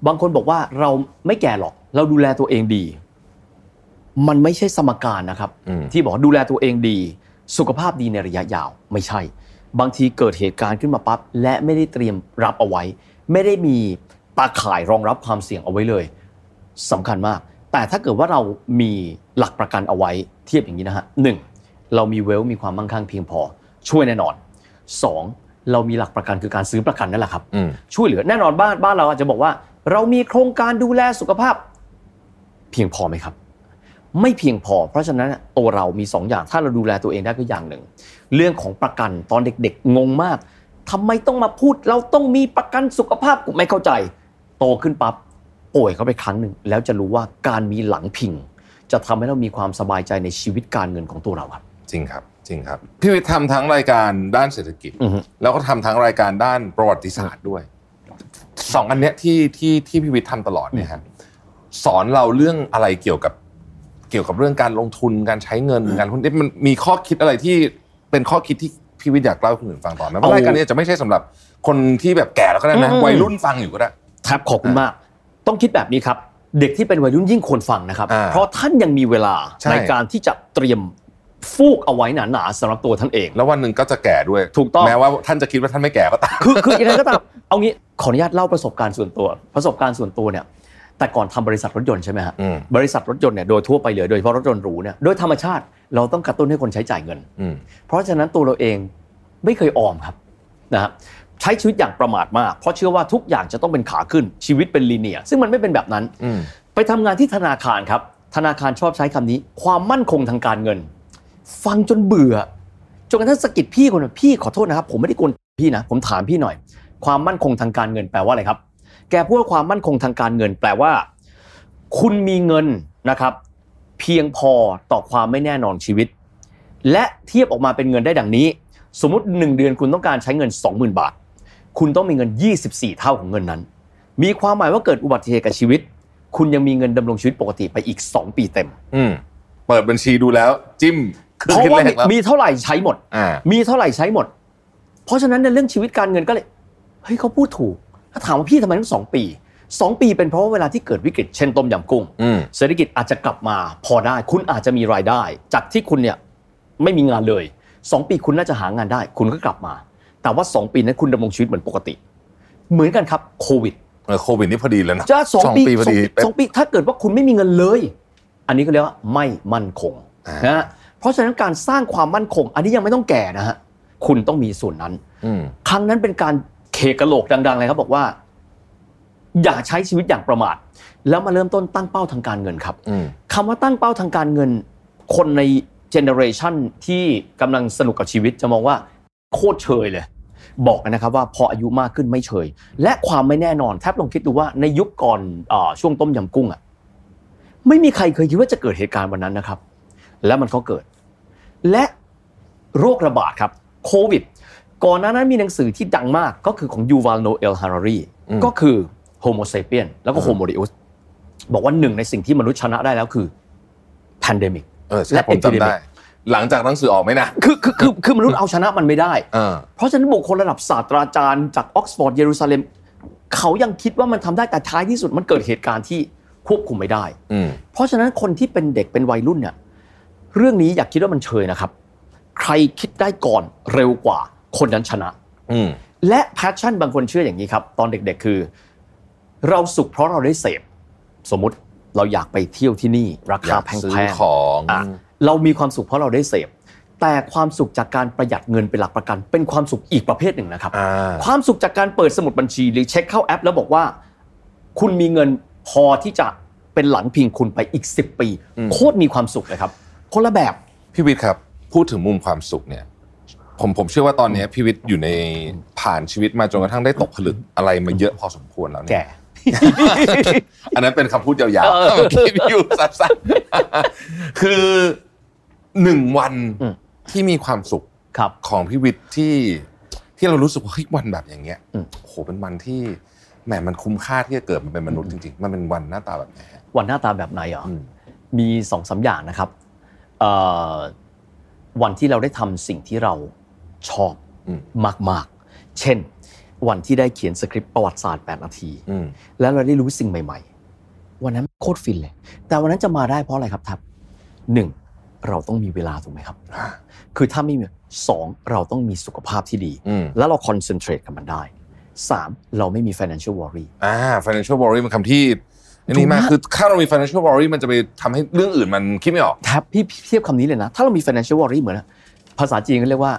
A: บางคนบอกว่าเราไม่แก่หรอก เราดูแลตัวเองดี มันไม่ใช่สมการนะครับ
B: อืม
A: ที่บอกดูแลตัวเองดี สุขภาพดีในระยะยาวไม่ใช่ บางทีเกิดเหตุการณ์ขึ้นมาปั๊บและไม่ได้เตรียมรับเอาไว้ ไม่ได้มีตาข่ายรองรับความเสี่ยงเอาไว้เลยสำคัญมาก แต่ถ้าเกิดว่าเรามีหลักประกันเอาไว้เทียบอย่างนี้นะฮะหนึ่งเรามีเวลมีความมั่งคั่งเพียงพอ ช่วยแน่นอนสองเรามีหลักประกันคือการซื้อประกันนั่นแหละครับ
B: อืม
A: ช่วยเหลือแน่นอนบ้านบ้านเราอาจจะบอกว่า เรามีโครงการดูแลสุขภาพ เพียงพอไหมครับ ไม่เพียงพอ เพราะฉะนั้นน่ะตัวเรามีสองอย่างถ้าเราดูแลตัวเองได้ก็อย่างหนึ่ง เรื่องของประกันตอนเด็กๆ งงมากทำไมต้องมาพูดเราต้องมีประกันสุขภาพกูไม่เข้าใจ โตขึ้นปั๊บป่วยเข้าไปครั้งหนึ่งแล้วจะรู้ว่าการมีหลังพิง จะทำให้เรามีความสบายใจในชีวิตการเงินของตัวเราครับ
B: จริงครับ จริงครับ พี่วิทย์ทำทั้งรายการด้านเศรษฐกิจ
A: อือฮึ
B: แล้วก็ทำทั้งรายการด้านประวัติศาสตร์ด้วยสองอันเนี้ยที่ที่ที่พี่วิทย์ทำตลอดเนี่ยฮะสอนเราเรื่องอะไรเกี่ยวกับ เกี่ยวกับเรื่องการลงทุนการใช้เงินการหุ้นเนี่ยมันมีข้อคิดอะไรที่เป็นข้อคิดที่พี่วิทย์อยากเล่าให้คนอื่นฟังต่อไหมเพราะรายการเนี้ยจะไม่ใช่สำหรับคนที่แบบแก่แล้วก็ได้นะ
A: อืม
B: วัยรุ่นฟังอยู่ก็ได้
A: ครับขอบคุณมาก ต้องคิดแบบนี้ครับ เด็กที่เป็นวัยรุ่นยิ่งควรฟังนะครับ
B: อ่า
A: เพราะท่านยังมีเวลา
B: ใช่
A: ในการที่จะเตรียมฟูกเอาไว้หนาๆสำหรับตัวท่านเอง
B: แล้ววันหนึ่งก็จะแก่ด้วย
A: ถูกต้อง
B: แม้ว่าท่านจะคิดว่าท่านไม่แก่ก็ตาม
A: คือคือยังไงก็ตามเอางี้ขออนุญาตเล่าประสบการณ์ส่วนตัว ประสบการณ์ส่วนตัวเนี่ยแต่ก่อนทำบริษัทรถยนต์ใช่ไหมฮะ
B: อืม
A: บริษัทรถยนต์เนี่ยโดยทั่วไปเลยโดยเฉพาะรถยนต์หรูเนี่ยโดยธรรมชาติเราต้องกระตุ้นให้คนใช้จ่ายเงิน
B: อืม
A: เพราะฉะนั้นตัวเราเองไม่เคยออมครับนะครับใช้ชีวิตอย่างประมาทมาก เพราะเชื่อว่าทุกอย่างจะต้องเป็นขาขึ้นชีวิตเป็นลีเนียร์ซึ่งมันไม่เป็นแบบนั้น
B: อืม
A: ไปทำงานที่ธนาคารครับ ธนาคารชอบใช้คำนี้ ความมั่นคงทางการเงิน ฟังจนเบื่อ จนกระทั่งสะกิดพี่คนหนึ่งพี่ขอโทษนะครับ ผมไม่ได้โกวนพี่นะ ผมถามพี่หน่อย ความมั่นคงทางการเงินแปลว่าอะไรครับ แกพูดว่าความมั่นคงทางการเงิน แปลว่า คุณมีเงินนะครับ เพียงพอต่อความไม่แน่นอนชีวิต และเทียบออกมาเป็นเงินได้ดังนี้ สมมติ 1 เดือนคุณต้องการใช้เงิน 20,000 บาท คุณต้องมีเงิน 24 เท่าของเงินนั้น มีความหมายว่าเกิดอุบัติเหตุกับชีวิต คุณยังมีเงินดำรงชีวิตปกติไปอีก 2 ปีเต็ม
B: อืม เปิดบัญชีดูแล้ว จิ้มค
A: เพราะ
B: คิด
A: ว่า
B: เลขแล้ว
A: มีเท่าไหร่ใช้หมด
B: อ่า
A: มีเท่าไหร่ใช้หมด เพราะฉะนั้นในเรื่องชีวิตการเงินก็เลย เฮ้ยเขาพูดถูก ถ้าถามว่าพี่ทำไมต้องสองปีสองปีเป็นเพราะว่าเวลาที่เกิดวิกฤตเช่นต้มยำกุ้ง
B: อืม
A: เศรษฐกิจอาจจะกลับมาพอได้ คุณอาจจะมีรายได้ จากที่คุณเนี่ยไม่มีงานเลย 2 ปีคุณน่าจะหางานได้ คุณก็กลับมา แต่ว่า 2 ปีนั้นคุณดำรงชีวิตเหมือนปกติ เหมือนกันครับโควิด
B: เออโควิดนี่พอดีแล้วนะ
A: จะสองปี
B: พอดี
A: สอง
B: เป๊ะ
A: สองปีถ้าเกิดว่าคุณไม่มีเงินเลย อันนี้ก็เรียกว่าไม่มั่นคง
B: อ่าน
A: นะฮะเพราะฉะนั้นการสร้างความมั่นคง อันนี้ยังไม่ต้องแก่นะฮะคุณต้องมีส่วนนั้น
B: อืม
A: ครั้งนั้นเป็นการเคกะโหลกดังๆเลยครับบอกว่า อย่าใช้ชีวิตอย่างประมาท แล้วมาเริ่มต้นตั้งเป้าทางการเงินครับ
B: อืม
A: คำว่าตั้งเป้าทางการเงิน คนในเจเนอเรชันที่กำลังสนุกกับชีวิตจะมองว่าโคตรเชยเลย บอกนะครับว่าพออายุมากขึ้นไม่เชย และความไม่แน่นอนแทบลองคิดดูว่าในยุคก่อนอาช่วงต้มยำกุ้งอะไม่มีใครเคยคิดว่าจะเกิดเหตุการณ์วันนั้นนะครับ และมันก็เกิด และโรคระบาดครับโควิด ก่อนหน้านั้นมีหนังสือที่ดังมากก็คือของยูวัลโนเอลฮารารี
B: อืม
A: ก็คือโฮโมเซเปียนแล้วก็โฮโมเดอุส บอกว่าหนึ่งในสิ่งที่มนุษย์ชนะได้แล้วคือ pandemic
B: เออใช่
A: และ
B: ผมจำได้
A: epidemic
B: หลังจากหนังสือออกไหมนะ
A: คือคือคือคือมนุษย์เอาชนะมันไม่ได้
B: เออ
A: เพราะฉะนั้นบุคคลระดับศาสตราจารย์จากออกซฟอร์ดเยรูซาเล็ม เขายังคิดว่ามันทำได้แต่ท้ายที่สุดมันเกิดเหตุการณ์ที่ควบคุมไม่ได้
B: อืม
A: เพราะฉะนั้นคนที่เป็นเด็กเป็นวัยรุ่นเนี่ยเรื่องนี้อย่าคิดว่ามันเชยนะครับ ใครคิดได้ก่อนเร็วกว่าคนนั้นชนะ
B: อืม
A: และแพชชั่นบางคนเชื่ออย่างนี้ครับ ตอนเด็กๆคือ เราสุขเพราะเราได้เสพสมมุติเราอยากไปเที่ยวที่นี่ รา
B: อยา
A: คาก แพง
B: ซื้อ
A: ๆ
B: ของ
A: อ่ะเรามีความสุขเพราะเราได้เสพแต่ความสุขจากการประหยัดเงินเป็นหลักประกัน เป็นความสุขอีกประเภทหนึ่งนะครับ
B: อ่า
A: ความสุขจากการเปิดสมุดบัญชีหรือเช็คเข้าแอป แล้วบอกว่า คุณมีเงินพอที่จะเป็นหลังพิงคุณไปอีก 10 ปี โคตรมีความสุขเลยครับ คนละแบบ
B: พี่วิทย์ครับ พูดถึงมุมความสุขเนี่ย ผมผมเชื่อว่าตอนเนี้ยพี่วิทย์อยู่ในผ่านชีวิตมาจนกระทั่งได้ตกผลึกอะไรมาเยอะพอสมควรแล้วเนี่ย
A: แก่
B: อันนั้นเป็นคำพูดยาว
A: เออ
B: ๆเมื่อกี้พี่อยู่สั้นๆ คือหนึ่งวัน
A: อืม
B: ที่มีความสุข
A: ครับ
B: ของพี่วิทย์ที่ที่เรารู้สึกว่าเฮ้ยวันแบบอย่างเงี้ย
A: อืม
B: โอ้โหเป็นวันที่แหมมันคุ้มค่าที่จะเกิดมาเป็นมนุษย์จริงๆ มันเป็นวันหน้าตาแบบไหนฮะ
A: วันหน้าตาแบบไหนเหรอ
B: อืม
A: มีสองสามอย่างนะครับเอ่อวันที่เราได้ทำสิ่งที่เราชอบ
B: อืม
A: มาก ๆ เช่น วันที่ได้เขียนสคริปต์ประวัติศาสตร์ 8 นาที
B: อืม
A: แล้วเราได้รู้สิ่งใหม่ ๆ วันนั้นโคตรฟินเลย แต่วันนั้นจะมาได้เพราะอะไรครับทับหนึ่งเราต้องมีเวลาถูกไหมครับ คือถ้าไม่มีสองเราต้องมีสุขภาพที่ดี
B: อืม
A: แล้วเราคอนเซนเทรตกับมันได้สามเราไม่มี financial worry
B: อ่า financial worry มันคำที่นี่มาก
A: ถูกมาก
B: คือถ้าเรามี financial worry มันจะไปทำให้เรื่องอื่นมันคิดไม่ออก
A: แทบพี่พี่เทียบคำนี้เลยนะ ถ้าเรามี financial worry เหมือนภาษาจีนก็เรียกว่า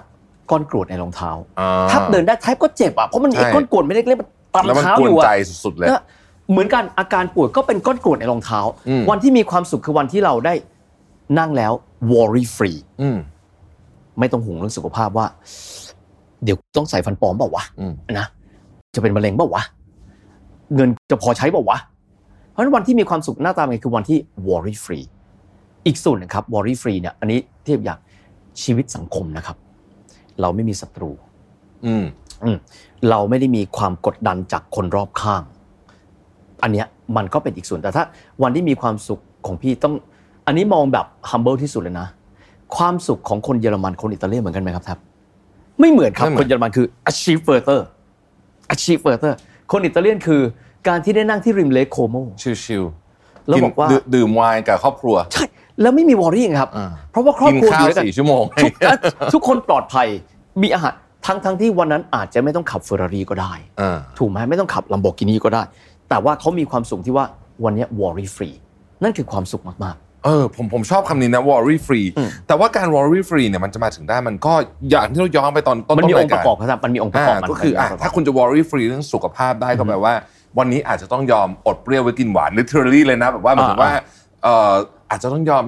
A: ก้อนกรวดในรองเท้า
B: อ่า
A: ถ้าเดินได้แทบก็เจ็บอ่ะเพราะมันมี
B: ใช่
A: ไอ้ก้อนกรวดไม่เล็กๆมันตาม
B: แล้วมัน
A: เท้าก อ
B: วน
A: ยู่
B: ใจ
A: อ่ะ
B: สุดๆเลย
A: นะเหมือนกันอาการป่วยก็เป็นก้อนกรวดในรองเท้า
B: อืม
A: วันที่มีความสุขคือวันที่เราได้นั่งแล้ว worry free
B: อืม
A: ไม่ต้องห่วงเรื่องสุขภาพว่า เดี๋ยวต้องใส่ฟันปลอมเปล่าวะ
B: อืม
A: นะ จะเป็นมะเร็งเปล่าวะ เงินจะพอใช้เปล่าวะ เพราะฉะนั้นวันที่มีความสุขหน้าตาเป็นไงคือวันที่ worry free อีกส่วนหนะครับ worry free เนี่ยอันนี้เทียบอย่างชีวิตสังคมนะครับ เราไม่มีศัตรู
B: อืม
A: อืมเราไม่ได้มีความกดดันจากคนรอบข้าง อันเนี้ยมันก็เป็นอีกส่วนแต่ถ้าวันที่มีความสุขของพี่ต้อง อันนี้มองแบบ humble ที่สุดเลยนะ ความสุขของคนเยอรมันคนอิตาเลียนเหมือนกันไหมครับแทบไม่เหมือนครับ
B: ไม่เห
A: ค
B: มือน
A: นเยอรมันคือ achiever achiever คนอิตาเลียนคือการที่ได้นั่งที่ริมเลคโคโม
B: ชิวๆ
A: แล้วบอกว่า
B: นดื่มดื่มไวน์กับครอบครัว
A: ใช่ แล้วไม่มีวอรี่ครับ
B: อ่า
A: เพราะว่าครอบค
B: กิน
A: รัวอ
B: ข้าว
A: ยู่ด้วยกัน
B: สี่ชั่วโมง
A: ทุก [laughs] ทุกคนปลอดภัยมีอาหารทั้งทั้งที่วันนั้นอาจจะไม่ต้องขับเฟอร์รารี่ก็ได้
B: อ่า
A: ถูกไหมไม่ต้องขับลัมโบกินีก็ได้ แต่ว่าเขามีความสุขที่ว่าวันเนี้ worry free นั่นคือความสุขมาก
B: เออผมผมชอบคำนี้นะ worry free แต่ว่าการ worry free เนี่ยมันจะมาถึงได้มันก็อย่างที่เราย้อนไปตอนต้น
A: ๆ มันมี
B: ต้
A: องค์ประกอบครับมันมีองค์ประอ
B: อ่าก
A: บมัน
B: ก็คืออ่ะ
A: มันมีงประบ
B: ถ้าคุณจะ worry free เรื่องสุขภาพได้ก็แปลว่า วันนี้อาจจะต้องยอมอดเปรี้ยวไว้กินหวาน literally เลยนะแบบว่าหมายถึงว่าเอ่ออาจจะต้องยอม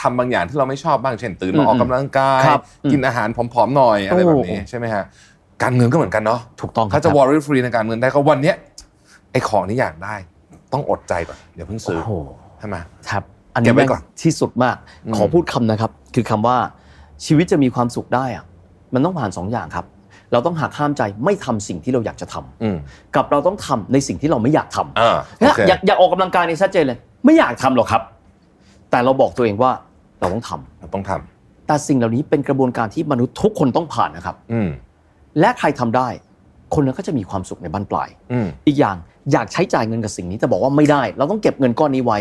B: ทำบางอย่างที่เราไม่ชอบบ้างเช่นตื่นมาออกกำลังกาย
A: ครับอืม
B: กินอาหารผอมๆหน่อยอะไรแบบนี้
A: โอ้
B: ใช่ไหมฮะการเงินก็เหมือนกันเนาะ
A: ถูกต้องครั
B: ถ้า
A: บ
B: จะ worry free ในการเงินได้ก็วันเนี้ยไอ้ของนี้อยากได้ ต้องอดใจก่อนอย่าเพิ่งซื้อ
A: โอ้โห
B: ใช่ไหม
A: ครับอัน
B: เก็
A: นี้
B: บไว้ก่อน
A: แม่งที่สุดมาก ขอพูดคำนะครับ คือคำว่าชีวิตจะมีความสุขได้อะมันต้องผ่านสองอย่างครับ เราต้องหักห้ามใจไม่ทำสิ่งที่เราอยากจะทำ
B: อืม
A: กับเราต้องทำในสิ่งที่เราไม่อยากทำ
B: อ่าโอ
A: นะ
B: เค
A: อยากอยากออกกำลังกายในชัดเจนเลย ไม่อยากทำหรอกครับ แต่เราบอกตัวเองว่าเราต้องทำ
B: เราต้องทำ
A: แต่สิ่งเหล่านี้เป็นกระบวนการที่มนุษย์ทุกคนต้องผ่านนะครับ
B: อืม
A: และใครทำได้ คนนั้นก็จะมีความสุขในบ้านปลาย
B: อืม
A: อีกอย่างอยากใช้จ่ายเงินกับสิ่งนี้แต่บอกว่าไม่ได้ เราต้องเก็บเงินก้อนนี้ไว้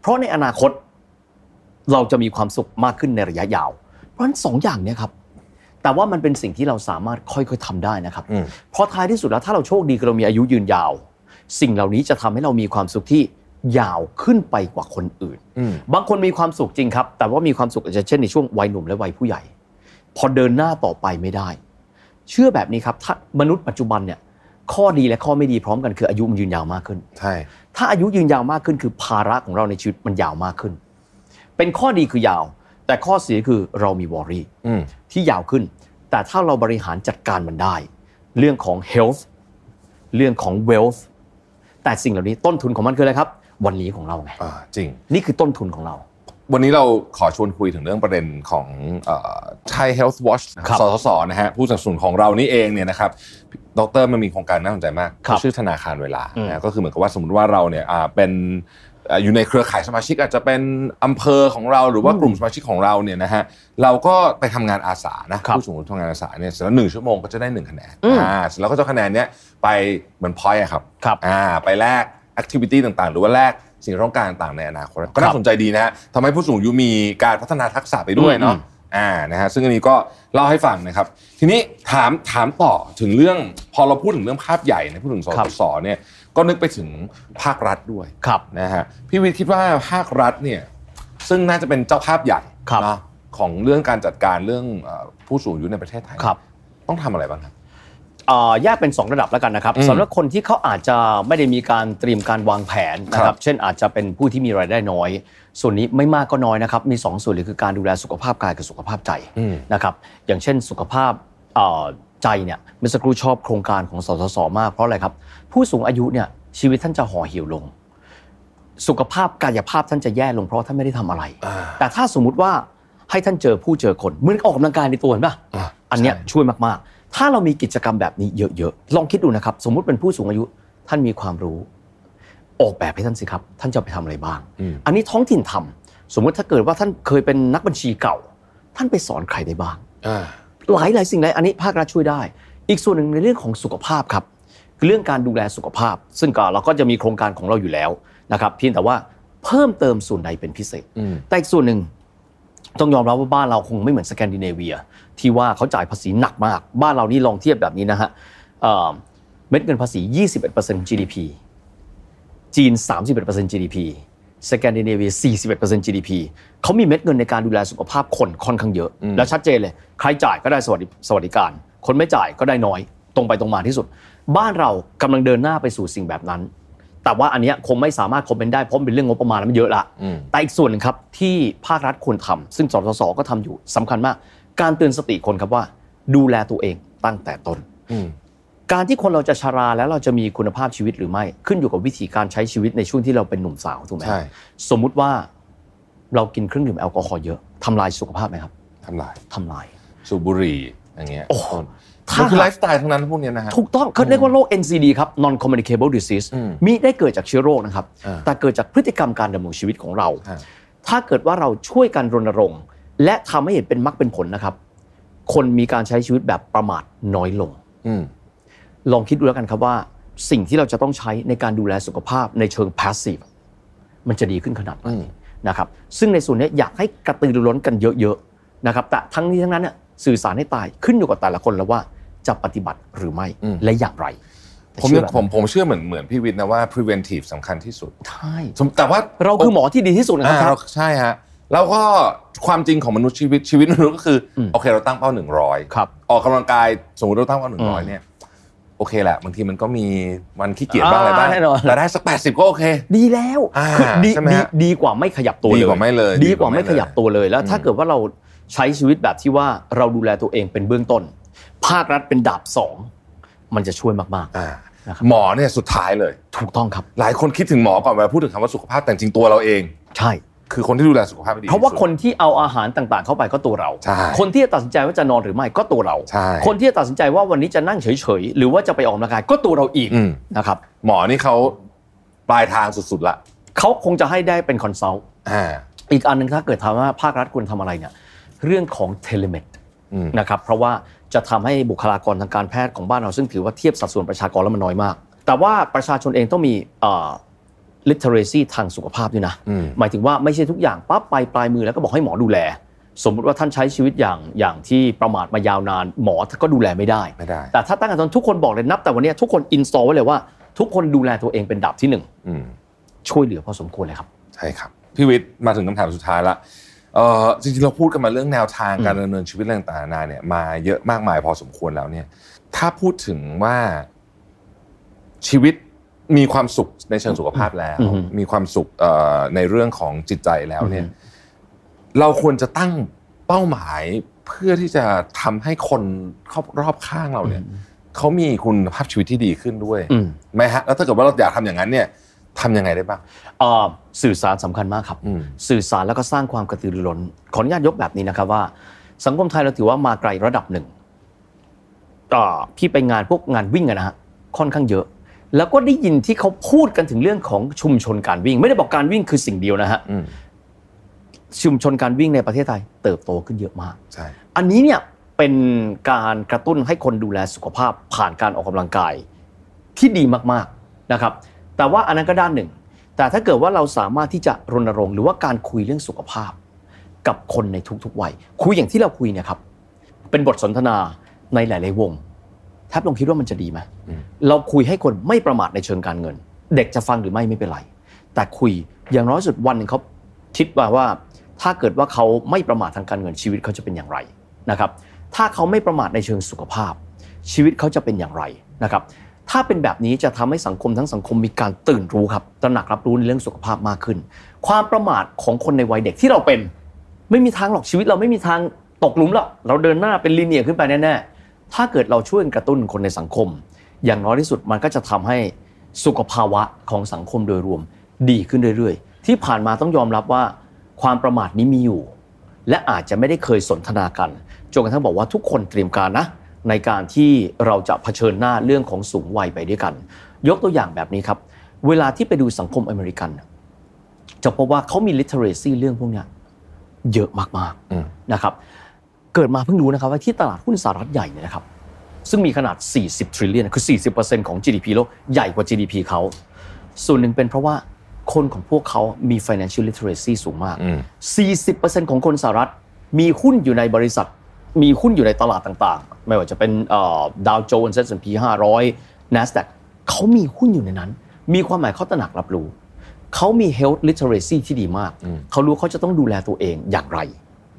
A: เพราะในอนาคต เราจะมีความสุขมากขึ้นในระยะยาว เพราะฉะนั้นสองอย่างเนี่ยครับ แต่ว่ามันเป็นสิ่งที่เราสามารถค่อยๆทำได้นะครับ
B: อืม
A: เพราะท้ายที่สุดแล้วถ้าเราโชคดีคือเรามีอายุยืนยาว สิ่งเหล่านี้จะทำให้เรามีความสุขที่ยาวขึ้นไปกว่าคนอื่น
B: อืม
A: บางคนมีความสุขจริงครับ แต่ว่ามีความสุขอาจจะเช่นในช่วงวัยหนุ่มและวัยผู้ใหญ่ พอเดินหน้าต่อไปไม่ได้ เชื่อแบบนี้ครับถ้ามนุษย์ปัจจุบันเนี่ยข้อดีและข้อไม่ดีพร้อมกันคืออายุมันยืนยาวมากขึ้น
B: ใช่
A: ถ้าอายุยืนยาวมากขึ้นคือภาระของเราในชีวิตมันยาวมากขึ้น เป็นข้อดีคือยาว แต่ข้อเสียคือเรามีวอรี่
B: อืม
A: ที่ยาวขึ้น แต่ถ้าเราบริหารจัดการมันได้ เรื่องของ health เรื่องของ wealth แต่สิ่งเหล่านี้ต้นทุนของมันคืออะไรครับ วันนี้ของเราไง
B: อ่าจริง
A: นี่คือต้นทุนของเรา
B: วันนี้เราขอชวนคุยถึงเรื่องประเด็นของไทย Health Watch นะครับสสสนะฮะผู้สนับสนุนของเรานี่เองเนี่ยนะครับดรมันมีโครงการน่าสนใจมาก
A: ครับ
B: ชื่อธนาคารเวลา
A: อืม
B: นะก็คือเหมือนกับว่าสมมติว่าเราเนี่ยอ่าเป็นอ่าอยู่ในเครือข่ายสมาชิกอาจจะเป็นอำเภอของเราหรือว่า
A: อืม
B: กลุ่มสมาชิกของเราเนี่ยนะฮะเราก็ไปทำงานอาสานะครับ ผู้สูงอายุทำงานอาสาเนี่ยเสร็จแล้วหนึ่งชั่วโมงก็จะได้หนึ่งคะแนน
A: อืม
B: อ่าเสร็จแล้วก็จะคะแนนเนี้ยไปเหมือนพอยต์ครับ
A: ครับ
B: อ่าไปแลก activity ต่างๆ หรือว่าแลกสิ่งที่ต้องการต่างๆในอนาคตก็น่าสนใจดีนะฮะทำให้ผู้สูงอายุมีการพัฒนาทักษะไปด้วยเนาะ
A: อืม
B: อ่านะฮะซึ่งอันนี้ก็เล่าให้ฟังนะครับ ทีนี้ถามถามต่อถึงเรื่องพอเราพูดถึงเรื่องภาพใหญ่ในพูดถึงสสสเนี่ยก็นึกไปถึงภาครัฐด้วย
A: ครับ
B: นะฮะพี่วิทย์คิดว่าภาครัฐเนี่ยซึ่งน่าจะเป็นเจ้าภาพใหญ่
A: ครับ
B: เนอะของเรื่องการจัดการเรื่องเอ่อผู้สูงอายุในประเทศไทย
A: ครับ
B: ต้องทำอะไรบ้างครับ
A: เอ่อแยกเป็น 2 ระดับแล้วกันนะครับ
B: อืม
A: สำหรับคนที่เขาอาจจะไม่ได้มีการเตรียมการวางแผนนะค
B: ครั
A: รับ
B: บ
A: เช่นอาจจะเป็นผู้ที่มีรายได้น้อย ส่วนนี้ไม่มากก็น้อยนะครับ มี 2 ส่วนเลยคือการดูแลสุขภาพกายกับสุขภาพใจ
B: อืม
A: นะครับอย่างเช่นสุขภาพเอ่อใจเนี่ยเมื่อสักครู่ชอบโครงการของสสสมากเพราะอะไรครับ ผู้สูงอายุเนี่ยชีวิตท่านจะห่อเหี่ยวลง สุขภาพกายภาพท่านจะแย่ลงเพราะท่านไม่ได้ทำอะไร แต่ถ้าสมมุติว่าให้ท่านเจอผู้เจอคนเหมือนออกกำลังกายในตัวเห็นป่ะ
B: อ่ะ
A: อันเนี้ยช่วยมากๆ ถ้าเรามีกิจกรรมแบบนี้เยอะๆลองคิดดูนะครับ สมมุติเป็นผู้สูงอายุท่านมีความรู้ ออกแบบให้ท่านสิครับ ท่านจะไปทำอะไรบ้าง
B: อืม
A: อันนี้ท้องถิ่นทำสมมุติถ้าเกิดว่าท่านเคยเป็นนักบัญชีเก่า ท่านไปสอนใครได้บ้าง
B: อ่า
A: หลายหลายสิ่งหลายอันนี้ภาครัฐช่วยได้ อีกส่วนหนึ่งในเรื่องของสุขภาพครับคือเรื่องการดูแลสุขภาพ ซึ่งก็เราก็จะมีโครงการของเราอยู่แล้วนะครับเพียงแต่ว่าเพิ่มเติมส่วนใดเป็นพิเศษ
B: อืม
A: แต่อีกส่วนหนึ่งต้องยอมรับว่าบ้านเราคงไม่เหมือนสแกนดิเนเวีย ที่ว่าเขาจ่ายภาษีหนักมาก บ้านเรานี่ลองเทียบแบบนี้นะฮะเอ่อเม็ดเงินภาษี 21%ของ GDP จีน 31% GDP สแกนดิเนเวีย 41% GDP เขามีเม็ดเงินในการดูแลสุขภาพคนค่อนข้างเยอะ
B: อืม
A: แล้วชัดเจนเลย ใครจ่ายก็ได้สวัสดิสวัสดิการ คนไม่จ่ายก็ได้น้อย ตรงไปตรงมาที่สุด บ้านเรากำลังเดินหน้าไปสู่สิ่งแบบนั้น แต่ว่าอันเนี้ยคงไม่สามารถคอมเมนต์ได้เพราะมันเป็นเรื่องงบประมาณแล้วมันเยอะละ
B: อืม
A: แต่อีกส่วนหนึ่งครับที่ภาครัฐควรทำซึ่งสสสก็ทำอยู่สำคัญมาก การเตือนสติคนครับว่า ดูแลตัวเองตั้งแต่ต้น
B: อืม
A: การที่คนเราจะชาราแล้วเราจะมีคุณภาพชีวิตหรือไม่ ขึ้นอยู่กับวิธีการใช้ชีวิตในช่วงที่เราเป็นหนุ่มสาวถูกไหม
B: ใช่
A: สมมุติว่าเรากินเครื่องดื่มแอลกอฮอล์เยอะทำลายสุขภาพไหมครับ
B: ทำลาย
A: ทำลาย
B: สูบบุหรี่อย่างเงี้ย
A: โอ้โห
B: ต้น
A: ถ้ามั
B: นคือไลฟ์สไตล์ทั้งนั้นพวกเนี้ยนะฮะ
A: ถูกต้องเขาเรียกว่าโรค NCD ครับ non communicable disease
B: อืม
A: มิได้เกิดจากเชื้อโรคนะครับ
B: อ่า
A: แต่เกิดจากพฤติกรรมการดำรงชีวิตของเรา
B: อ่า
A: ถ้าเกิดว่าเราช่วยกันรณรงค์ และทำให้เห็นเป็นมรรคเป็นผลนะครับ คนมีการใช้ชีวิตแบบประมาทน้อยลง
B: อืม
A: ลองคิดดูแล้วกันครับว่า สิ่งที่เราจะต้องใช้ในการดูแลสุขภาพในเชิง passive มันจะดีขึ้นขนาดไหน
B: อืม
A: นะครับ ซึ่งในส่วนเนี้ยอยากให้กระตือรือร้นกันเยอะๆนะครับ แต่ทั้งนี้ทั้งนั้นเนี่ยสื่อสารให้ตายขึ้นอยู่กับแต่ละคนแล้วว่าจะปฏิบัติหรือไม่และอย่างไร
B: ผม
A: เชื่
B: ยั
A: อง แบบ
B: ผมผมเชื่อเหมือนเหมือนพี่วิทย์นะว่า preventive สำคัญที่สุด
A: ใช่
B: แต่ว่า
A: เราคือหมอที่ดีที่สุดนะ
B: อ่า
A: ครั
B: เรา
A: บ
B: ใช่ฮะ แล้วก็ความจริงของมนุษย์ชีวิตชีวิตมนุษย์ก็คืออ
A: ม
B: โอเคเราตั้งเป้าหนึ่งร้อย
A: ครับ
B: ออกกำลังกายสมมติเราตั้งเป้าหนึ่งร้อย
A: อืม
B: เนี่ยโอเคแหละบางทีมันก็มีวันขี้เกียจบ้างอะไรบ้าง
A: อ่าแน่นอน
B: แต่ได้สักแปดสิบก็โอเค
A: ดีแล้ว
B: อ่า
A: คือดี
B: ใช่ไหม
A: ดี
B: ฮะ
A: ดีกว่าไม่ขยับตัวเลย
B: ดีกว่าไม่เลย
A: ดีกว่าไม่ขยับตัวเลยแล้ว ถ้า
B: อืม
A: เกิดว่าเราใช้ชีวิตแบบที่ว่าเราดูแลตัวเองเป็นเบื้องต้น ภาครัฐเป็นดาบสองมันจะช่วยมาก
B: อ่า
A: นะครับ
B: หมอเนี่ยสุดท้ายเลย
A: ๆ ถูกต้องครับ
B: หลายคนคิดถึงหมอก่อนเวลาพูดถึงคำว่าสุขภาพแต่จริงๆตัวเราเอง
A: ใช่
B: คือคนที่ดูแลสุขภาพให้ดี
A: เพราะว่า
B: ที่สุด
A: คนที่เอาอาหารต่างๆ เข้าไปก็ตัวเรา
B: ใช่
A: คนที่จะตัดสินใจว่าจะนอนหรือไม่ก็ตัวเรา
B: ใช่
A: คนที่จะตัดสินใจว่าวันนี้จะนั่งเฉยๆ หรือว่าจะไปออกกำลังกายก็ตัวเราอีก
B: อืม
A: นะครับ
B: หมอนี่เขาปลายทางสุดๆละ
A: เขาคงจะให้ได้เป็นคอนซัลท์
B: อ่า
A: อีกอันหนึ่งถ้าเกิดถามว่าภาครัฐควรทำอะไรเนี่ยเรื่องของเทเลเมด
B: อืม
A: นะครับเพราะว่าจะทำให้บุคลากรทางการแพทย์ของบ้านเราซึ่งถือว่าเทียบสัดส่วนประชากรแล้วมันน้อยมาก แต่ว่าประชาชนเองต้องมีเอ่อ literacy ทางสุขภาพด้วยนะ
B: อืม
A: หมายถึงว่าไม่ใช่ทุกอย่างปั๊บไปปลายมือแล้วก็บอกให้หมอดูแล สมมุติว่าท่านใช้ชีวิตอย่างอย่างที่ประมาทมายาวนาน หมอก็ดูแลไม่ได้
B: ไม่ได้
A: แต่ถ้าตั้งแต่ตอนทุกคนบอกเลยนับ แต่วันเนี้ยทุกคนอิน t a l l ไว้เลยว่า ทุกคนดูแลตัวเองเป็นดับที่หนึ่ง
B: อืม
A: ช่วยเหลือพอสมควรเลยครับ
B: ใช่ครับ พี่วิทย์มาถึงคำถามสุดท้ายละเออจริงๆ เราพูดกันมาเรื่องแนวทางการดำเนินชีวิตเรื่องต่างๆนานาเนี่ยมาเยอะมากมายพอสมควรแล้วเนี่ย ถ้าพูดถึงว่าชีวิตมีความสุขในเชิงสุขภาพแล้ว
A: อือฮึ
B: มีความสุขเอ่อในเรื่องของจิตใจแล้วเนี่ย เราควรจะตั้งเป้าหมายเพื่อที่จะทำให้คนรอบข้างเราเนี่ยเขามีคุณภาพชีวิตที่ดีขึ้นด้วย
A: อืม
B: ไหมฮะแล้วถ้าเกิดว่าเราอยากทำอย่างนั้นเนี่ยทำยังไงได้บ้าง
A: เอ่อสื่อสารสำคัญมากครับ
B: อืม
A: สื่อสารแล้วก็สร้างความกระตือรือร้น ขออนุญาตยกแบบนี้นะครับว่า สังคมไทยเราถือว่ามาไกลระดับหนึ่งต่อพี่ไปงานพวกงานวิ่งอะนะฮะค่อนข้างเยอะ แล้วก็ได้ยินที่เขาพูดกันถึงเรื่องของชุมชนการวิ่ง ไม่ได้บอกการวิ่งคือสิ่งเดียวนะฮะ
B: อืม
A: ชุมชนการวิ่งในประเทศไทย เติบโตขึ้นเยอะมาก
B: ใช่
A: อันนี้เนี่ยเป็นการกระตุ้นให้คนดูแลสุขภาพผ่านการออกกำลังกายที่ดีมากๆนะครับ แต่ว่าอันนั้นก็ด้านหนึ่ง แต่ถ้าเกิดว่าเราสามารถที่จะรณรงค์หรือว่าการคุยเรื่องสุขภาพ กับคนในทุกๆวัยคุยอย่างที่เราคุยเนะครับ เป็นบทสนทนาในหลาย ๆ วงแทบลองคิดว่ามันจะดีไหม
B: อืม
A: เราคุยให้คนไม่ประมาทในเชิงการเงิน เด็กจะฟังหรือไม่ไม่เป็นไร แต่คุยอย่างน้อยสุดวันหนึ่งเขาคิดว่าว่า ถ้าเกิดว่าเขาไม่ประมาททางการเงินชีวิตเขาจะเป็นอย่างไรนะครับ ถ้าเขาไม่ประมาทในเชิงสุขภาพ ชีวิตเขาจะเป็นอย่างไรนะครับ ถ้าเป็นแบบนี้จะทำให้สังคมทั้งสังคมมีการตื่นรู้ครับตระหนักรับรู้ในเรื่องสุขภาพมากขึ้น ความประมาทของคนในวัยเด็กที่เราเป็น ไม่มีทางหรอกชีวิตเราไม่มีทางตกหลุมหรอกเราเดินหน้าเป็นลีเนียขึ้นไปแน่ๆ ถ้าเกิดเราช่วยกระตุ้นคนในสังคม อย่างน้อยที่สุดมันก็จะทำให้สุขภาวะของสังคมโดยรวมดีขึ้นเรื่อยๆ ที่ผ่านมาต้องยอมรับว่า ความประมาทนี้มีอยู่ และอาจจะไม่ได้เคยสนทนากันจนกระทั่งบอกว่าทุกคนเตรียมการนะ ในการที่เราจะเผชิญหน้าเรื่องของสูงวัยไปด้วยกัน ยกตัวอย่างแบบนี้ครับ เวลาที่ไปดูสังคมอเมริกัน จะพบว่าเขามี literacy เรื่องพวกเนี้ยเยอะมาก
B: อืม
A: ๆนะครับ เกิดมาเพิ่งรู้นะครับว่าที่ตลาดหุ้นสหรัฐใหญ่เนี่ยนะครับ ซึ่งมีขนาด 40 trillion คือ 40%ของ GDP โลกใหญ่กว่า GDP เขา ส่วนหนึ่งเป็นเพราะว่าคนของพวกเขามี financial literacy สูงมาก
B: อืม
A: 40%ของคนสหรัฐมีหุ้นอยู่ในบริษัท มีหุ้นอยู่ในตลาดต่างๆ ไม่ว่าจะเป็นดาวโจนส์เซ็นส์พีห้าร้อยนสแดกเขามีหุ้นอยู่ในนั้น มีความหมายเขาตระหนักรับรู้ เขามี health literacy ที่ดีมาก เขารู้เขาจะต้องดูแลตัวเองอย่างไร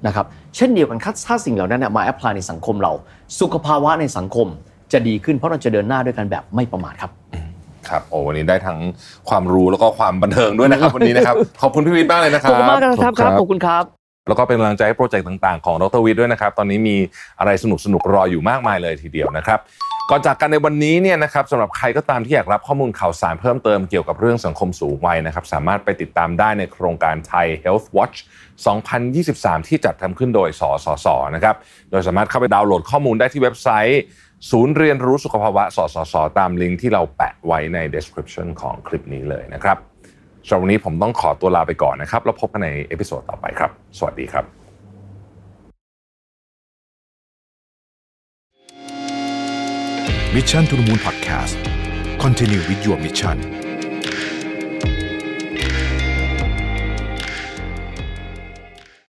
A: นะครับ เช่นเดียวกันคัดถ้าสิ่งเหล่านั้นนะมาแอพพลายในสังคมเรา สุขภาวะในสังคมจะดีขึ้นเพราะเราจะเดินหน้าด้วยกันแบบไม่ประมาทครับ
B: ครับโอ้วันนี้ได้ทั้งความรู้แล้วก็ความบันเทิงด้วยนะครับ วันนี้ [laughs] นะครับ ขอบคุณพี่วิทย์มากเลยนะครับ
A: ขอบคุณครับ
B: แล้วก็เป็นกำลังใจให้โปรเจกต์ต่างๆ ของดรวิทย์ด้วยนะครับ ตอนนี้มีอะไรสนุกๆ รออยู่มากมายเลยทีเดียวนะครับ ก่อนจากกันในวันนี้เนี่ยนะครับสำหรับใครก็ตามที่อยากรับข้อมูลข่าวสารเพิ่มเติมเกี่ยวกับเรื่องสังคมสูงวัยนะครับ สามารถไปติดตามได้ในโครงการไทย Health Watch 2023 ที่จัดทำขึ้นโดยสสสนะครับ โดยสามารถเข้าไปดาวน์โหลดข้อมูลได้ที่เว็บไซต์ ศูนย์เรียนรู้สุขภาวะสสสตามลิงก์ที่เราแปะไว้ใน description ของคลิปนี้เลยนะครับ สำหรับวันนี้ผมต้องขอตัวลาไปก่อนนะครับ แล้วพบกันในเอพิโซดต่อไปครับ สวัสดีครับ
C: มิชชั่นทุลมูลพอดแคสต์คอนเทนิววิดีโอมิชชั่น